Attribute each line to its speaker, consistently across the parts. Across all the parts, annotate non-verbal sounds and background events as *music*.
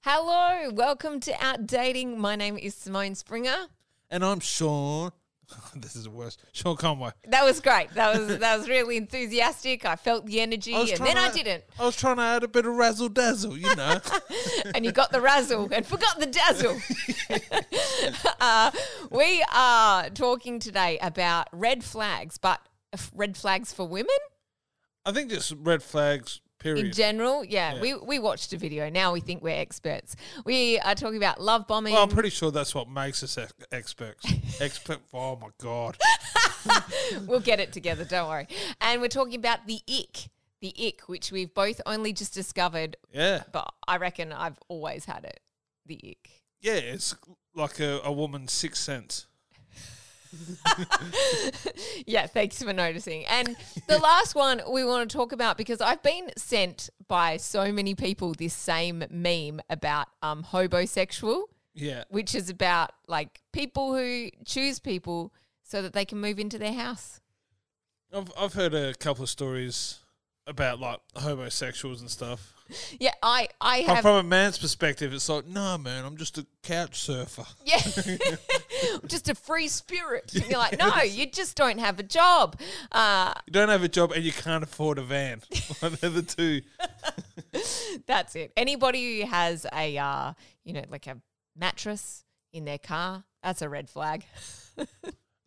Speaker 1: Hello, welcome to Outdating. My name is Simone Springer.
Speaker 2: And I'm Sean. *laughs* this is the worst. Sean Conway.
Speaker 1: That was great. That was that was really enthusiastic. I felt the energy,
Speaker 2: was
Speaker 1: and
Speaker 2: trying
Speaker 1: then I
Speaker 2: to-
Speaker 1: didn't.
Speaker 2: I was trying to add a bit of razzle dazzle, you
Speaker 1: *laughs*
Speaker 2: know.
Speaker 1: and you got the razzle and forgot the
Speaker 2: *laughs*
Speaker 1: dazzle. uh, we are talking today about red flags, but f- red flags for women
Speaker 2: I think just red flags, period.
Speaker 1: in general. Yeah,
Speaker 2: Yeah.
Speaker 1: We, we watched a video. Now we think we're experts. We are talking about love bombing.
Speaker 2: well, I'm pretty sure that's what makes us ex-
Speaker 1: *laughs*
Speaker 2: experts. Expert. Oh, my God.
Speaker 1: we'll get it together. Don't worry. And we're talking about the ick, the ick, which we've both only just discovered,
Speaker 2: Yeah.
Speaker 1: but I reckon I've always had it. The ick.
Speaker 2: Yeah, it's like a, a woman's sixth sense.
Speaker 1: Yeah, thanks for noticing. And the last one we want to talk about because I've been sent by so many people this same meme about um hobosexual,
Speaker 2: Yeah.
Speaker 1: which is about like people who choose people so that they can move into their house.
Speaker 2: I've, I've heard a couple of stories about like homosexuals and stuff.
Speaker 1: Yeah, I I
Speaker 2: But
Speaker 1: have
Speaker 2: from a man's perspective, it's like, nah, man, I'm just a couch surfer.
Speaker 1: *laughs* Yeah. just a free spirit. And you're like, no, you just don't have a job. Uh,
Speaker 2: You don't have a job and you can't afford a van. *laughs* They're the two.
Speaker 1: that's it. Anybody who has a, uh, you know, like a mattress in their car, that's a red flag. *laughs*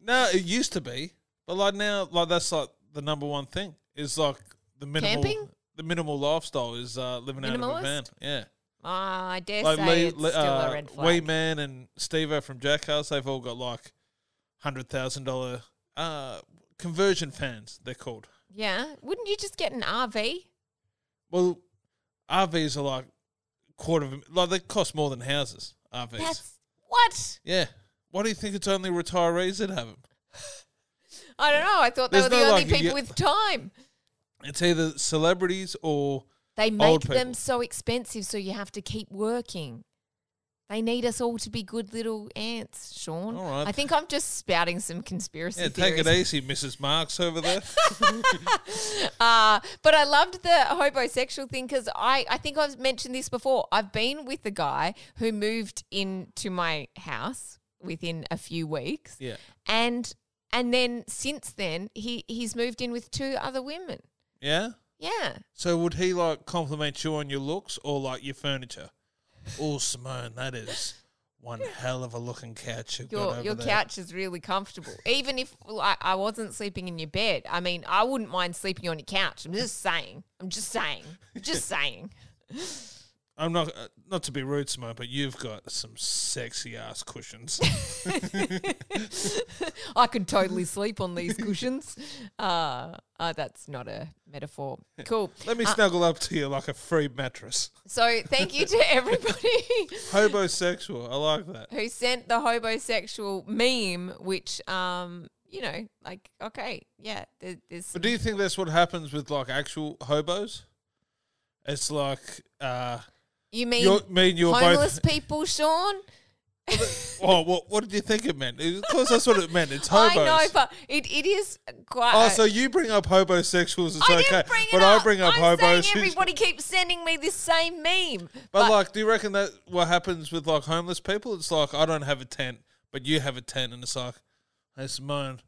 Speaker 2: No, it used to be, but like now, like that's like the number one thing is like the minimal,
Speaker 1: Camping?
Speaker 2: the minimal lifestyle is uh, living out of a van.
Speaker 1: Minimalist?
Speaker 2: Yeah,
Speaker 1: Ah, I dare
Speaker 2: like
Speaker 1: say
Speaker 2: Lee-
Speaker 1: it's
Speaker 2: Lee-
Speaker 1: still
Speaker 2: uh,
Speaker 1: a red flag.
Speaker 2: Wee Man and Stevo from Jackass, they've all got like hundred thousand dollar uh conversion fans. They're called.
Speaker 1: yeah. Wouldn't you just get an RV?
Speaker 2: Well, RVs are like quarter of a, like they cost more than houses. RVs.
Speaker 1: That's what?
Speaker 2: yeah. Why do you think it's only retirees that have them?
Speaker 1: I don't know. I thought they
Speaker 2: There's
Speaker 1: were the
Speaker 2: no,
Speaker 1: only
Speaker 2: like,
Speaker 1: people
Speaker 2: yeah.
Speaker 1: with time.
Speaker 2: It's either celebrities or
Speaker 1: They make
Speaker 2: Old
Speaker 1: them
Speaker 2: people.
Speaker 1: so expensive, so you have to keep working. They need us all to be good little ants, Sean.
Speaker 2: All right.
Speaker 1: I think I'm just spouting some conspiracy
Speaker 2: yeah, take
Speaker 1: theories.
Speaker 2: it easy, Mrs. Marks
Speaker 1: *laughs*
Speaker 2: over there.
Speaker 1: Uh, but I loved the homosexual thing because I, I think I've mentioned this before. I've been with a guy who moved into my house within a few weeks.
Speaker 2: Yeah.
Speaker 1: And and then since then he, he's moved in with two other women.
Speaker 2: Yeah.
Speaker 1: Yeah.
Speaker 2: So would he like compliment you on your looks or like your furniture? Oh, Simone, that is one hell of a looking couch you've got
Speaker 1: Your
Speaker 2: over
Speaker 1: your
Speaker 2: there.
Speaker 1: couch is really comfortable. Even if like, I wasn't sleeping in your bed, I mean, I wouldn't mind sleeping on your couch. I'm just saying. I'm just saying. I'm
Speaker 2: *laughs*
Speaker 1: just saying.
Speaker 2: I'm not uh, not to be rude, Simone, but you've got some sexy
Speaker 1: *laughs*
Speaker 2: ass cushions.
Speaker 1: I could totally sleep on these cushions. *laughs* Uh, uh, that's not a metaphor. Cool.
Speaker 2: Let me snuggle up to you like a free mattress.
Speaker 1: So thank you
Speaker 2: *laughs*
Speaker 1: to everybody *laughs*
Speaker 2: Hobosexual, I like that.
Speaker 1: who sent the hobosexual meme, which, um, you know, like, okay, yeah, there, there's.
Speaker 2: But do you think that's what happens with like actual hobos? It's like uh,
Speaker 1: you mean
Speaker 2: you're, me and you're
Speaker 1: homeless
Speaker 2: both.
Speaker 1: people, Sean?
Speaker 2: Oh, what, what did you think it meant? Of course, that's what it meant. It's hobos.
Speaker 1: *laughs* I know, but it, it is quite.
Speaker 2: Oh, so you bring up hobosexuals, it's
Speaker 1: I
Speaker 2: okay.
Speaker 1: didn't bring it
Speaker 2: but
Speaker 1: up.
Speaker 2: I bring up
Speaker 1: I'm saying
Speaker 2: hobos.
Speaker 1: Everybody keeps sending me this same meme.
Speaker 2: but like, do you reckon that what happens with like homeless people? It's like I don't have a tent, but you have a tent, and it's like, hey Simone,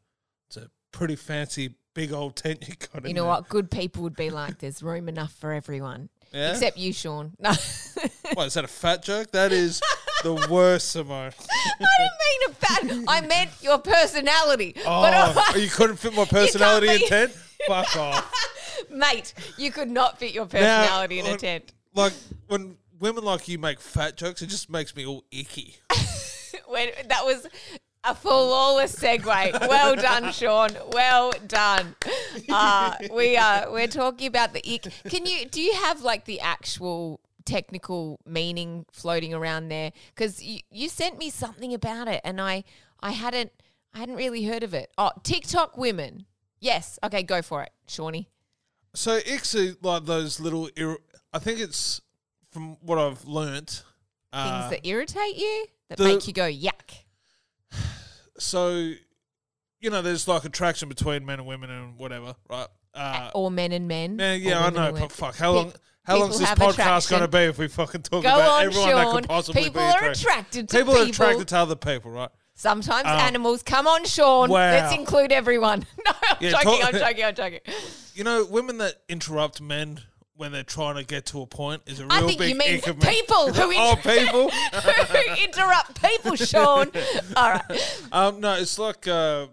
Speaker 2: it's a pretty fancy big old tent you got.
Speaker 1: You
Speaker 2: in
Speaker 1: know
Speaker 2: there.
Speaker 1: what? Good people would be like, there's room enough for everyone.
Speaker 2: Yeah?
Speaker 1: Except you, Sean. *laughs* No. I
Speaker 2: What is that a fat joke? That is the worst, Simone.
Speaker 1: didn't mean a bad. I meant your personality. *laughs* But
Speaker 2: Oh,
Speaker 1: I-
Speaker 2: you couldn't
Speaker 1: *laughs*
Speaker 2: fit my personality in
Speaker 1: be-
Speaker 2: tent. Fuck off.
Speaker 1: mate, you could not fit your
Speaker 2: Now, oh.
Speaker 1: personality in a
Speaker 2: like-
Speaker 1: tent.
Speaker 2: Like when women like you make fat jokes, it just makes me all icky.
Speaker 1: When, that was a flawless segue. Well done, Sean. Well done. Uh, we are we're talking about the ick. Can you do you have like the actual technical meaning floating around there? Because you, you sent me something about it, and I I hadn't I hadn't really heard of it. Oh, TikTok women. Yes. Okay, go for it, Shawnee.
Speaker 2: So icks are like those little. Ir- I think it's from what I've learnt.
Speaker 1: Things
Speaker 2: Uh,
Speaker 1: that irritate you that
Speaker 2: the-
Speaker 1: make you go yuck.
Speaker 2: so, you know, there's like attraction between men and women and whatever, right? Uh,
Speaker 1: or men and men.
Speaker 2: man,
Speaker 1: or
Speaker 2: yeah, I
Speaker 1: women
Speaker 2: know.
Speaker 1: and
Speaker 2: But
Speaker 1: women.
Speaker 2: fuck, how long?
Speaker 1: Pick
Speaker 2: How
Speaker 1: People
Speaker 2: long's this
Speaker 1: have
Speaker 2: podcast
Speaker 1: attraction.
Speaker 2: going to be if we fucking talk
Speaker 1: Go
Speaker 2: about
Speaker 1: on,
Speaker 2: everyone that
Speaker 1: Sean.
Speaker 2: could possibly
Speaker 1: People
Speaker 2: be
Speaker 1: are
Speaker 2: attracted?
Speaker 1: attracted to
Speaker 2: people
Speaker 1: people.
Speaker 2: are attracted to other people, right?
Speaker 1: Sometimes
Speaker 2: Um,
Speaker 1: animals. Come on, Sean.
Speaker 2: Wow.
Speaker 1: Let's include everyone. *laughs* No, I'm
Speaker 2: Yeah,
Speaker 1: joking.
Speaker 2: talk-
Speaker 1: I'm joking. I'm
Speaker 2: *laughs*
Speaker 1: joking.
Speaker 2: You know, women that interrupt men when they're trying to get to a point is a real
Speaker 1: I think
Speaker 2: big
Speaker 1: you mean
Speaker 2: ick of me.
Speaker 1: people who,
Speaker 2: Oh,
Speaker 1: inter- *laughs*
Speaker 2: people.
Speaker 1: who interrupt people,
Speaker 2: *laughs*
Speaker 1: Sean. All right.
Speaker 2: Um, no, it's like uh,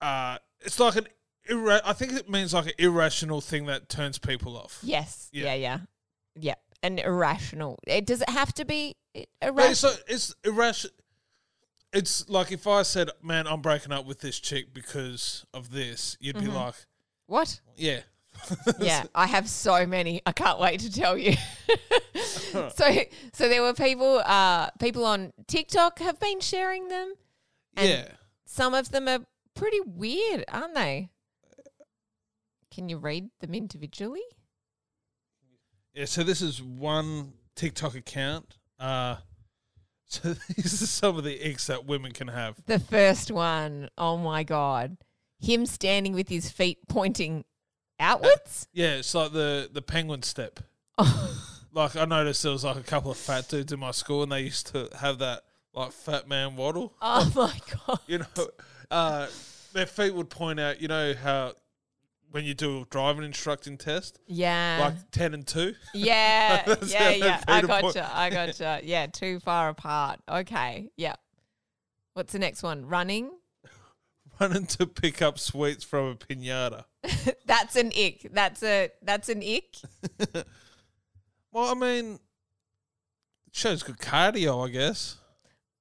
Speaker 2: uh, it's like an irra- I think it means like an irrational thing that turns people off.
Speaker 1: Yes.
Speaker 2: Yeah.
Speaker 1: Yeah. Yeah. Yeah. And irrational. It, does it have to be i-
Speaker 2: But it's
Speaker 1: irrational?
Speaker 2: like, it's irrational. It's like if I said, "Man, I'm breaking up with this chick because of this," you'd be like,
Speaker 1: What?
Speaker 2: "Yeah,
Speaker 1: Yeah. I have so many. I can't wait to tell you. so, so there were people. Uh, people on TikTok have been sharing them. And-
Speaker 2: yeah."
Speaker 1: Some of them are pretty weird, aren't they? Can you read them individually?
Speaker 2: Yeah, so this is one TikTok account. Uh, *laughs* so these are some of the icks that women can have.
Speaker 1: The first one, oh my god, him standing with his feet pointing outwards.
Speaker 2: Yeah, it's like the the
Speaker 1: *laughs*
Speaker 2: penguin step.
Speaker 1: Oh,
Speaker 2: Like I noticed there was like a couple of fat dudes in my school, and they used to have that like fat man waddle. *laughs*
Speaker 1: oh my god.
Speaker 2: You know, uh, their feet would point out. You know how when you do a driving instructing test,
Speaker 1: Yeah.
Speaker 2: like ten and two. *laughs*
Speaker 1: yeah.
Speaker 2: That's
Speaker 1: Yeah.
Speaker 2: how
Speaker 1: Yeah.
Speaker 2: they
Speaker 1: I
Speaker 2: paid a point.
Speaker 1: gotcha. I gotcha. Yeah. Too far apart. Okay. Yeah. What's the next one? Running.
Speaker 2: running to pick up sweets from a pinata.
Speaker 1: That's an ick. That's a that's an ick.
Speaker 2: Well, I mean, it shows good cardio, I guess.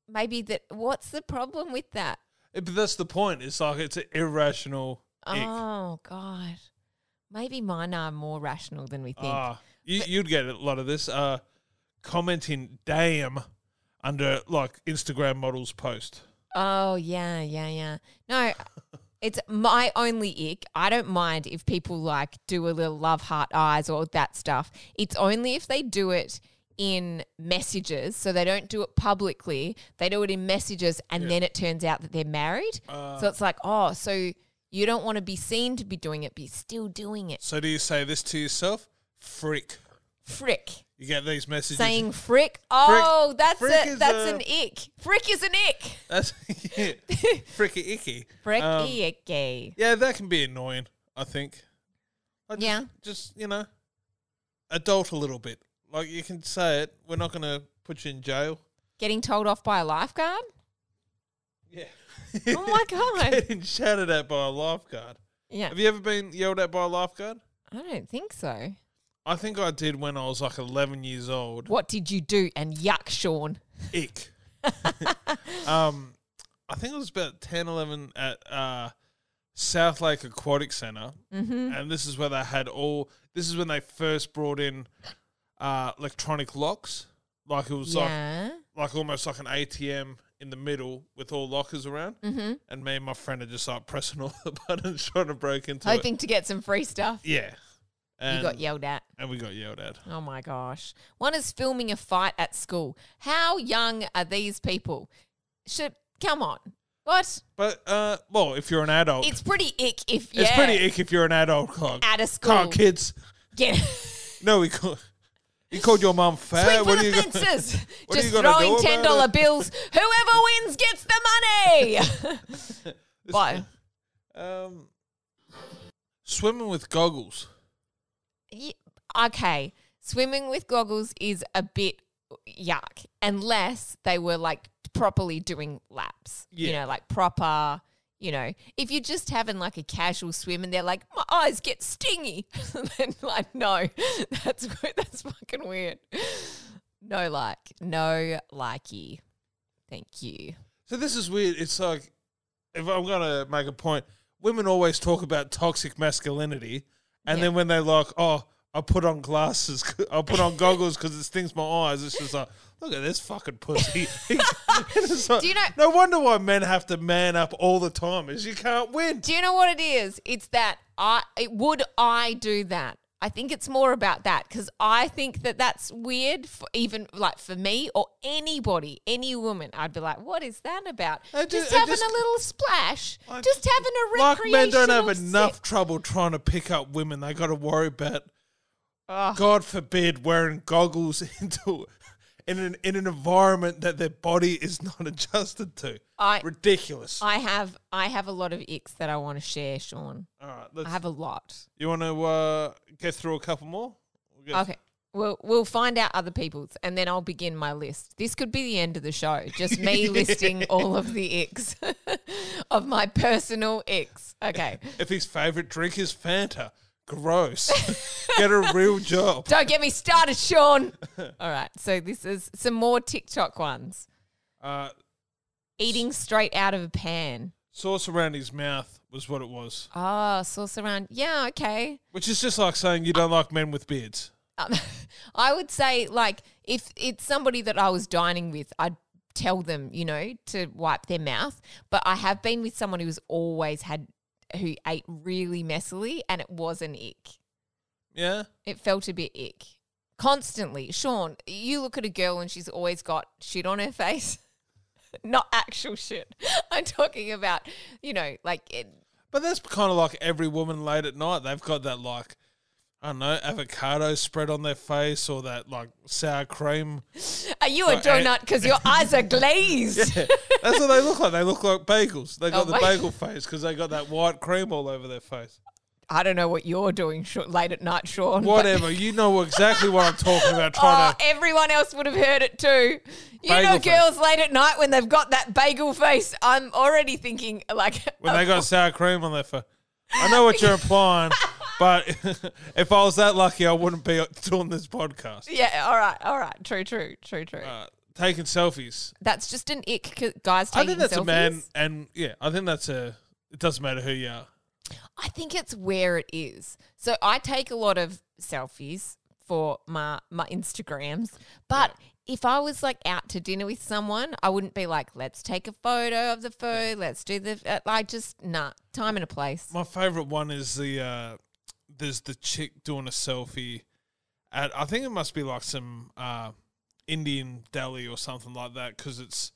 Speaker 1: Maybe that. What's the problem with that?
Speaker 2: Eh, But that's the point. It's like it's an irrational. ick.
Speaker 1: Oh god. Maybe mine are more rational than we think.
Speaker 2: Ah, you, you'd get a lot of this. Uh, commenting "damn" under like Instagram models post.
Speaker 1: Oh yeah, yeah, yeah. No, it's my only ick. I don't mind if people like do a little love heart eyes or that stuff. It's only if they do it in messages, so they don't do it publicly. They do it in messages, and then it turns out that they're married.
Speaker 2: Uh.
Speaker 1: so it's like, oh, so you don't want to be seen to be doing it, but you're still doing it.
Speaker 2: So do you say this to yourself? Frick.
Speaker 1: Frick.
Speaker 2: You get these messages.
Speaker 1: Saying frick. Oh, that's
Speaker 2: frick
Speaker 1: a,
Speaker 2: is
Speaker 1: that's
Speaker 2: a-
Speaker 1: an ick. Frick is an ick.
Speaker 2: *laughs* That's
Speaker 1: *laughs*
Speaker 2: yeah. Fricky icky.
Speaker 1: Fricky
Speaker 2: Um,
Speaker 1: icky.
Speaker 2: Yeah, that can be annoying, I think. Like, just-
Speaker 1: Yeah.
Speaker 2: Just, you know, adult a little bit. Like you can say it. We're not gonna put you in jail.
Speaker 1: Getting told off by a lifeguard.
Speaker 2: Yeah.
Speaker 1: Oh
Speaker 2: *laughs*
Speaker 1: my god.
Speaker 2: Getting shouted at by a lifeguard.
Speaker 1: Yeah.
Speaker 2: Have you ever been yelled at by a lifeguard?
Speaker 1: I don't think so.
Speaker 2: I think I did when I was like 11 years old.
Speaker 1: What did you do? And yuck, Sean. *laughs*
Speaker 2: Ick. um, I think it was about 10, 11 at uh, South Lake Aquatic Center. Mm-hmm. And this is where they had all, this is when they first brought in uh, electronic locks. Like it was like,
Speaker 1: Yeah.
Speaker 2: like almost like an ATM in the middle with all lockers around. Mm-hmm. And me and my friend are just like pressing all *laughs* the buttons trying to break into it.
Speaker 1: Hoping to get some free stuff.
Speaker 2: Yeah. And,
Speaker 1: You got yelled at.
Speaker 2: and we got yelled at.
Speaker 1: Oh my gosh. One is filming a fight at school. How young are these people? Should come on. What?
Speaker 2: But, uh, well, if you're an adult.
Speaker 1: It's pretty ick if yeah.
Speaker 2: Oh. It's pretty ick if you're an adult cog.
Speaker 1: At a
Speaker 2: Come on,
Speaker 1: *laughs* school.
Speaker 2: kids. *laughs*
Speaker 1: Get
Speaker 2: No, he called, he called your mum
Speaker 1: Swing
Speaker 2: fat.
Speaker 1: for
Speaker 2: What are
Speaker 1: the
Speaker 2: you gonna-
Speaker 1: fences.
Speaker 2: *laughs* what are
Speaker 1: Just
Speaker 2: you gonna
Speaker 1: throwing
Speaker 2: do
Speaker 1: ten
Speaker 2: about
Speaker 1: dollar
Speaker 2: it? *laughs*
Speaker 1: bills. Whoever wins gets the money. Why?
Speaker 2: Um, swimming with goggles.
Speaker 1: Ye- okay, swimming with goggles is a bit yuck unless they were like properly doing laps. You
Speaker 2: Yeah.
Speaker 1: know, like proper. You know, if you're just having like a casual swim and they're like, my eyes get stingy, *laughs* then like, no, *laughs* that's w- that's fucking weird. No like, no likey. Thank you.
Speaker 2: So this is weird. It's like if I'm gonna make a point, women always talk about toxic masculinity, and
Speaker 1: Yeah.
Speaker 2: then when they're like, "Oh, I put on glasses, *laughs* I put on goggles because it stings my eyes," it's just like, "Look at this fucking pussy." *laughs*
Speaker 1: *laughs*
Speaker 2: It's like,
Speaker 1: Do you know-
Speaker 2: No wonder why men have to man up all the time. Is you can't win.
Speaker 1: Do you know what it is? It's that I it, would I do that? I think it's more about that because I think that that's weird for even like for me or anybody, any woman. I'd be like, "What is that about?
Speaker 2: I
Speaker 1: Just,
Speaker 2: ju- I
Speaker 1: having
Speaker 2: just-
Speaker 1: a little splash,
Speaker 2: I-
Speaker 1: just having a
Speaker 2: Black
Speaker 1: recreational."
Speaker 2: men don't have
Speaker 1: sip."
Speaker 2: enough trouble trying to pick up women. They got to worry about
Speaker 1: Ugh.
Speaker 2: God forbid wearing goggles *laughs* into in an in an environment that their body is not *laughs* adjusted to.
Speaker 1: I-
Speaker 2: Ridiculous.
Speaker 1: I have I have a lot of icks that I want to share, Sean.
Speaker 2: All
Speaker 1: I
Speaker 2: right, let's,
Speaker 1: have a lot.
Speaker 2: you want to uh, get through a couple more? We'll get-
Speaker 1: Okay. We'll, we'll find out other people's and then I'll begin my list. This could be the end of the show, just me listing all of the icks *laughs* of my personal icks. Okay.
Speaker 2: If his favorite drink is Fanta, gross. *laughs* get a
Speaker 1: *laughs*
Speaker 2: real job.
Speaker 1: Don't get me started, Sean. All right. So this is some more TikTok ones.
Speaker 2: Uh,
Speaker 1: Eating straight out of a pan.
Speaker 2: sauce around his mouth was what it was,
Speaker 1: Oh, sauce around. Yeah, okay.
Speaker 2: which is just like saying you don't like men with beards.
Speaker 1: Um, *laughs* I would say, like, if it's somebody that I was dining with, I'd tell them, you know, to wipe their mouth. But I have been with someone who's always had, who ate really messily, and it was an ick.
Speaker 2: Yeah.
Speaker 1: It felt a bit ick. Constantly. Sean, you look at a girl and she's always got shit on her face. *laughs* Not actual shit. *laughs* I'm talking about, you know, like it,
Speaker 2: But that's kind of like every woman late at night. They've got that like, I don't know, avocado spread on their face or that like sour cream.
Speaker 1: are you a
Speaker 2: Well, I-
Speaker 1: donut? Because your eyes are glazed.
Speaker 2: *laughs* That's what they look like. They look like bagels. They got
Speaker 1: Oh
Speaker 2: the
Speaker 1: my-
Speaker 2: bagel face because they got that white cream all over their face.
Speaker 1: I don't know what you're doing sh- late at night, Sean. but-
Speaker 2: Whatever. you know exactly what I'm talking about.
Speaker 1: Oh,
Speaker 2: Trying to.
Speaker 1: everyone else would have heard it too. You
Speaker 2: Bagel
Speaker 1: know,
Speaker 2: face.
Speaker 1: girls late at night when they've got that bagel face. I'm already thinking like
Speaker 2: *laughs*
Speaker 1: *laughs*
Speaker 2: When they got sour cream on their face. I know what you're implying, but *laughs* if I was that lucky, I wouldn't be doing this podcast.
Speaker 1: *laughs* Yeah, all right, all right, true, true, true, true.
Speaker 2: Uh, taking selfies.
Speaker 1: that's just an ick, 'cause guys.
Speaker 2: I
Speaker 1: Taking
Speaker 2: think that's
Speaker 1: selfies.
Speaker 2: a man, and yeah, I think that's a. It doesn't matter who you are.
Speaker 1: I think it's where it is. So I take a lot of selfies for my my Instagrams, but if I was like out to dinner with someone, I wouldn't be like, let's take a photo of the food, let's do the uh, like just nah, time and a place.
Speaker 2: My favorite one is the uh there's the chick doing a selfie at I think it must be like some uh Indian deli or something like that because it's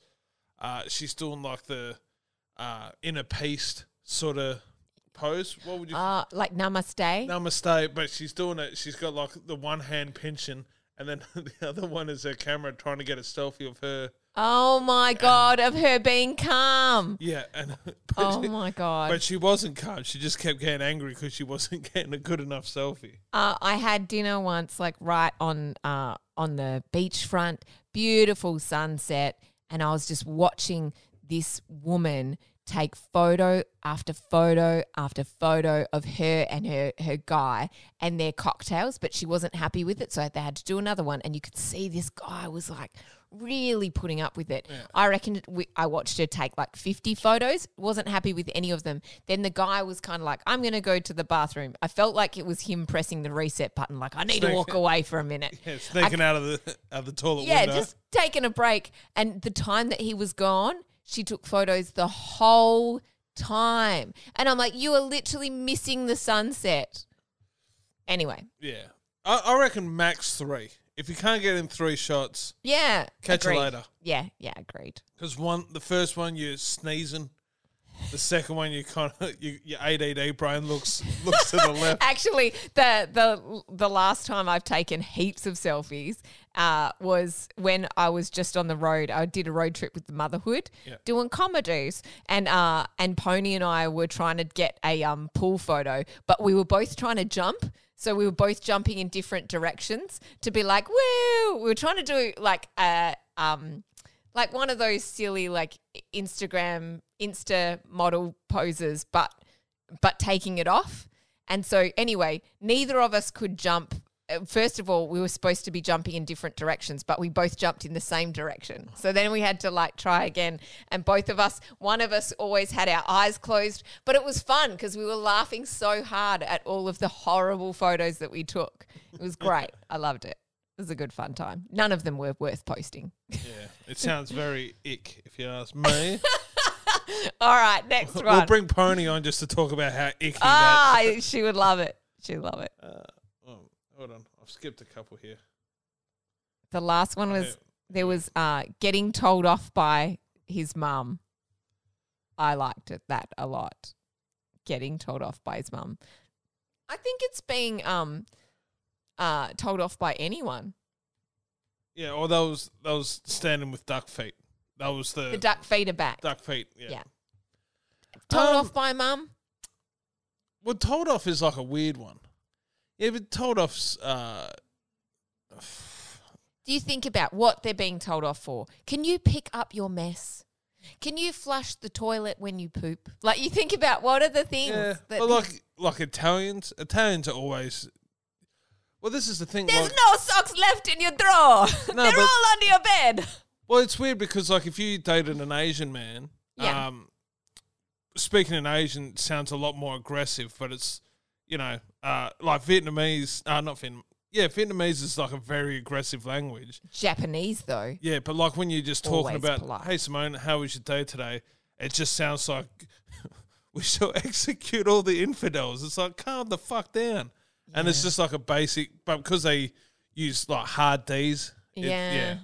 Speaker 2: uh she's doing like the uh inner paste sort of pose. What would you
Speaker 1: Uh, like namaste.
Speaker 2: namaste? But she's doing it. She's got like the one hand pinching. And then *laughs* the other one is her camera trying to get a selfie of her.
Speaker 1: Oh my god, of her being calm.
Speaker 2: *laughs* Yeah, and but,
Speaker 1: Oh
Speaker 2: she,
Speaker 1: my god.
Speaker 2: but she wasn't calm. She just kept getting angry because she wasn't *laughs* getting a good enough selfie.
Speaker 1: Uh, I had dinner once, like right on uh, on the beachfront, beautiful sunset, and I was just watching this woman take photo after photo after photo of her and her her guy and their cocktails, but she wasn't happy with it, so they had to do another one, and you could see this guy was like really putting up with it. I reckon it- we, I watched her take like 50 photos, wasn't happy with any of them. Then the guy was kind of like, I'm going to go to the bathroom. I felt like it was him pressing the reset button, like, I need to
Speaker 2: Sneak-
Speaker 1: walk away for a minute.
Speaker 2: Yeah, sneaking out of the *laughs* out of the toilet
Speaker 1: Yeah,
Speaker 2: window.
Speaker 1: just taking a break. And the time that he was gone, she took photos the whole time. And I'm like, you are literally missing the sunset. Anyway,
Speaker 2: yeah, I, I reckon max three. If you can't get in three shots,
Speaker 1: yeah.
Speaker 2: Catch you
Speaker 1: agreed.
Speaker 2: later.
Speaker 1: Yeah, yeah, agreed.
Speaker 2: because one, the first one you're sneezing, the second one you kind of *laughs* you, your ADD brain looks *laughs* looks to
Speaker 1: *laughs*
Speaker 2: the left.
Speaker 1: Actually, the the the last time I've taken heaps of selfies uh, was when I was just on the road. I did a road trip with the motherhood,
Speaker 2: Yeah.
Speaker 1: doing comedies, and uh, and Pony and I were trying to get a um, pool photo, but we were both trying to jump. So we were both jumping in different directions to be like, woo! We were trying to do like a um, like one of those silly like Instagram Insta model poses, but but taking it off. And so, anyway, neither of us could jump. Uh, First of all, we were supposed to be jumping in different directions, but we both jumped in the same direction. So then we had to like try again. And both of us, one of us always had our eyes closed, but it was fun because we were laughing so hard at all of the horrible photos that we took. It was great. I loved it. It was a good fun time. None of them were worth posting.
Speaker 2: Yeah, it sounds very ick if you
Speaker 1: *laughs*
Speaker 2: ask me.
Speaker 1: All right, next one.
Speaker 2: *laughs* We'll bring Pony on just to talk about how icky
Speaker 1: ah, she would love it. She'd love it.
Speaker 2: that. Uh, oh, hold on, I've skipped a couple here.
Speaker 1: The last one was
Speaker 2: Yeah.
Speaker 1: there was uh, getting told off by his mum. I liked it that a lot. Getting told off by his mum. I think it's being um uh, told off by anyone.
Speaker 2: Yeah, oh, or those those standing with duck feet. That was the,
Speaker 1: The duck feet are back.
Speaker 2: duck feet. Yeah.
Speaker 1: Yeah. told
Speaker 2: Um,
Speaker 1: off by mum.
Speaker 2: Well, told off is like a weird one. Yeah, but told off's uh,
Speaker 1: Do you think about what they're being told off for? Can you pick up your mess? Can you flush the toilet when you poop? Like you think about what are the things
Speaker 2: yeah.
Speaker 1: that
Speaker 2: But like like Italians, Italians are always. Well, this is the thing.
Speaker 1: there's
Speaker 2: like-
Speaker 1: no socks left in your drawer. *laughs*
Speaker 2: No,
Speaker 1: they're
Speaker 2: but-
Speaker 1: all under your bed.
Speaker 2: Well, it's weird because like if you dated an Asian man,
Speaker 1: Yeah.
Speaker 2: um, speaking in Asian sounds a lot more aggressive, but it's you know uh, like Vietnamese, uh, not Vietnam. Yeah, Vietnamese is like a very aggressive language.
Speaker 1: Japanese though.
Speaker 2: Yeah, but like when you're just talking
Speaker 1: Always
Speaker 2: about,
Speaker 1: polite.
Speaker 2: hey Simone, how was your day today? It just sounds like *laughs* we shall execute all the infidels. It's like calm the fuck down, and it's just like a basic, but because they use like hard D's, it-
Speaker 1: Yeah.
Speaker 2: yeah,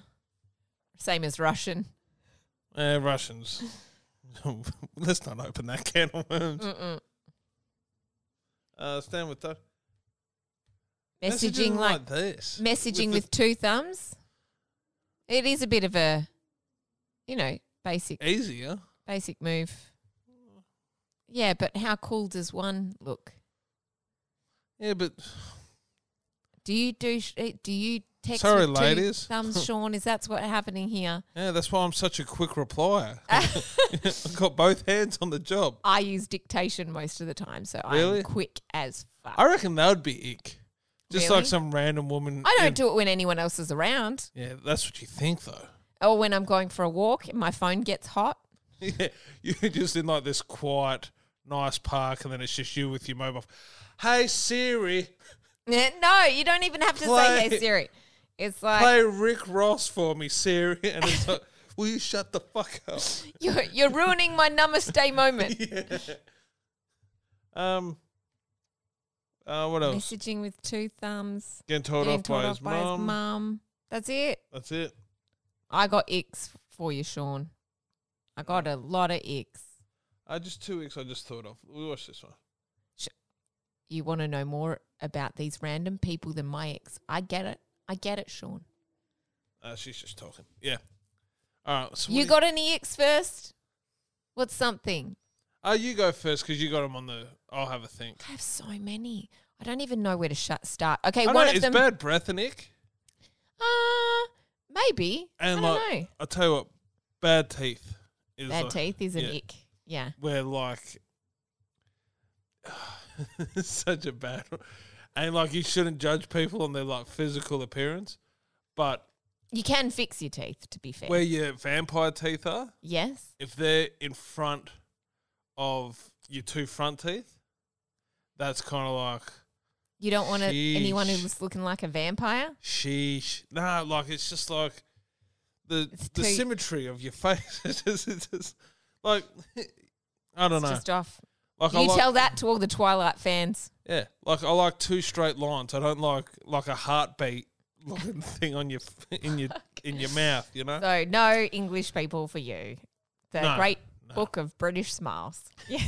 Speaker 1: Same as Russian.
Speaker 2: Eh, Russians. *laughs* Let's not open that can of worms.
Speaker 1: Mm-mm.
Speaker 2: Uh, stand with that.
Speaker 1: Messaging like
Speaker 2: this.
Speaker 1: messaging
Speaker 2: with
Speaker 1: with two thumbs. It is a bit of a, you know, basic
Speaker 2: the- easier.
Speaker 1: basic move. Yeah, but how cool does one look?
Speaker 2: Yeah, but
Speaker 1: Do you do? Sh- eh, do you text?
Speaker 2: Sorry,
Speaker 1: with two
Speaker 2: ladies. *laughs*
Speaker 1: Thumbs, Sean. Is that's what happening here?
Speaker 2: yeah, that's why I'm such a
Speaker 1: *laughs*
Speaker 2: quick replier. *laughs* I've got both hands on the job.
Speaker 1: I use dictation most of the time, so
Speaker 2: Really?
Speaker 1: I'm quick as fuck.
Speaker 2: I reckon that would be ick. Just
Speaker 1: Really?
Speaker 2: like some random woman.
Speaker 1: I
Speaker 2: in-
Speaker 1: don't do it when anyone else is around,
Speaker 2: Yeah, that's what you think though. *laughs*
Speaker 1: or when I'm going for a walk and my phone gets hot. *laughs*
Speaker 2: Yeah, you're just in like this quiet, nice park, and then it's just you with your mobile. Hey Siri,
Speaker 1: Eh, No, you don't even have to say,
Speaker 2: Play-
Speaker 1: "Hey Siri." It's like
Speaker 2: play Rick Ross for me, Siri. *laughs* And
Speaker 1: *laughs*
Speaker 2: it's like, will you shut the fuck up? *laughs*
Speaker 1: you're you're ruining my namaste moment.
Speaker 2: Um, uh, what else?
Speaker 1: Messaging with two thumbs.
Speaker 2: Getting told
Speaker 1: being
Speaker 2: off
Speaker 1: told
Speaker 2: by
Speaker 1: off
Speaker 2: his mum.
Speaker 1: mum. That's it.
Speaker 2: That's it.
Speaker 1: I got icks for you, Sean. I got a lot of icks.
Speaker 2: Uh, just two weeks I just thought of. We watch this one.
Speaker 1: You want to know more about these random people than my ex? I get it. I get it, Sean.
Speaker 2: Uh, she's just talking. Yeah. All right. So what
Speaker 1: You
Speaker 2: do
Speaker 1: got any icks first? What's something?
Speaker 2: You, uh, you go first because you got them on the. I'll have a think.
Speaker 1: I have so many. I don't even know where to shut start. Okay,
Speaker 2: I
Speaker 1: one
Speaker 2: know,
Speaker 1: of
Speaker 2: is
Speaker 1: them.
Speaker 2: bad breath an ick?
Speaker 1: Uh, maybe.
Speaker 2: And
Speaker 1: I don't
Speaker 2: like,
Speaker 1: know.
Speaker 2: I tell you what, bad teeth is
Speaker 1: Bad
Speaker 2: like-
Speaker 1: teeth is an
Speaker 2: yeah.
Speaker 1: ick. Yeah.
Speaker 2: where like *sighs* such a bad one. and like you shouldn't judge people on their like physical appearance but
Speaker 1: You can fix your teeth, to be fair.
Speaker 2: where your vampire teeth are
Speaker 1: yes.
Speaker 2: if they're in front of your two front teeth that's kind of like
Speaker 1: You don't want to anyone
Speaker 2: Sheesh.
Speaker 1: who's looking like a vampire.
Speaker 2: sheesh no like it's just like the
Speaker 1: It's
Speaker 2: the
Speaker 1: too-
Speaker 2: symmetry of your face *laughs* it's just, it's just like *laughs* i don't
Speaker 1: It's
Speaker 2: know
Speaker 1: just off.
Speaker 2: like I
Speaker 1: You
Speaker 2: like,
Speaker 1: tell that to all the Twilight fans.
Speaker 2: Yeah, like I like two straight lines. I don't like like a heartbeat *laughs* looking thing on your *laughs*
Speaker 1: *laughs*
Speaker 2: in your in your mouth. You know.
Speaker 1: So no English people for you. The
Speaker 2: No,
Speaker 1: great book of British
Speaker 2: *laughs*
Speaker 1: smiles. Yeah.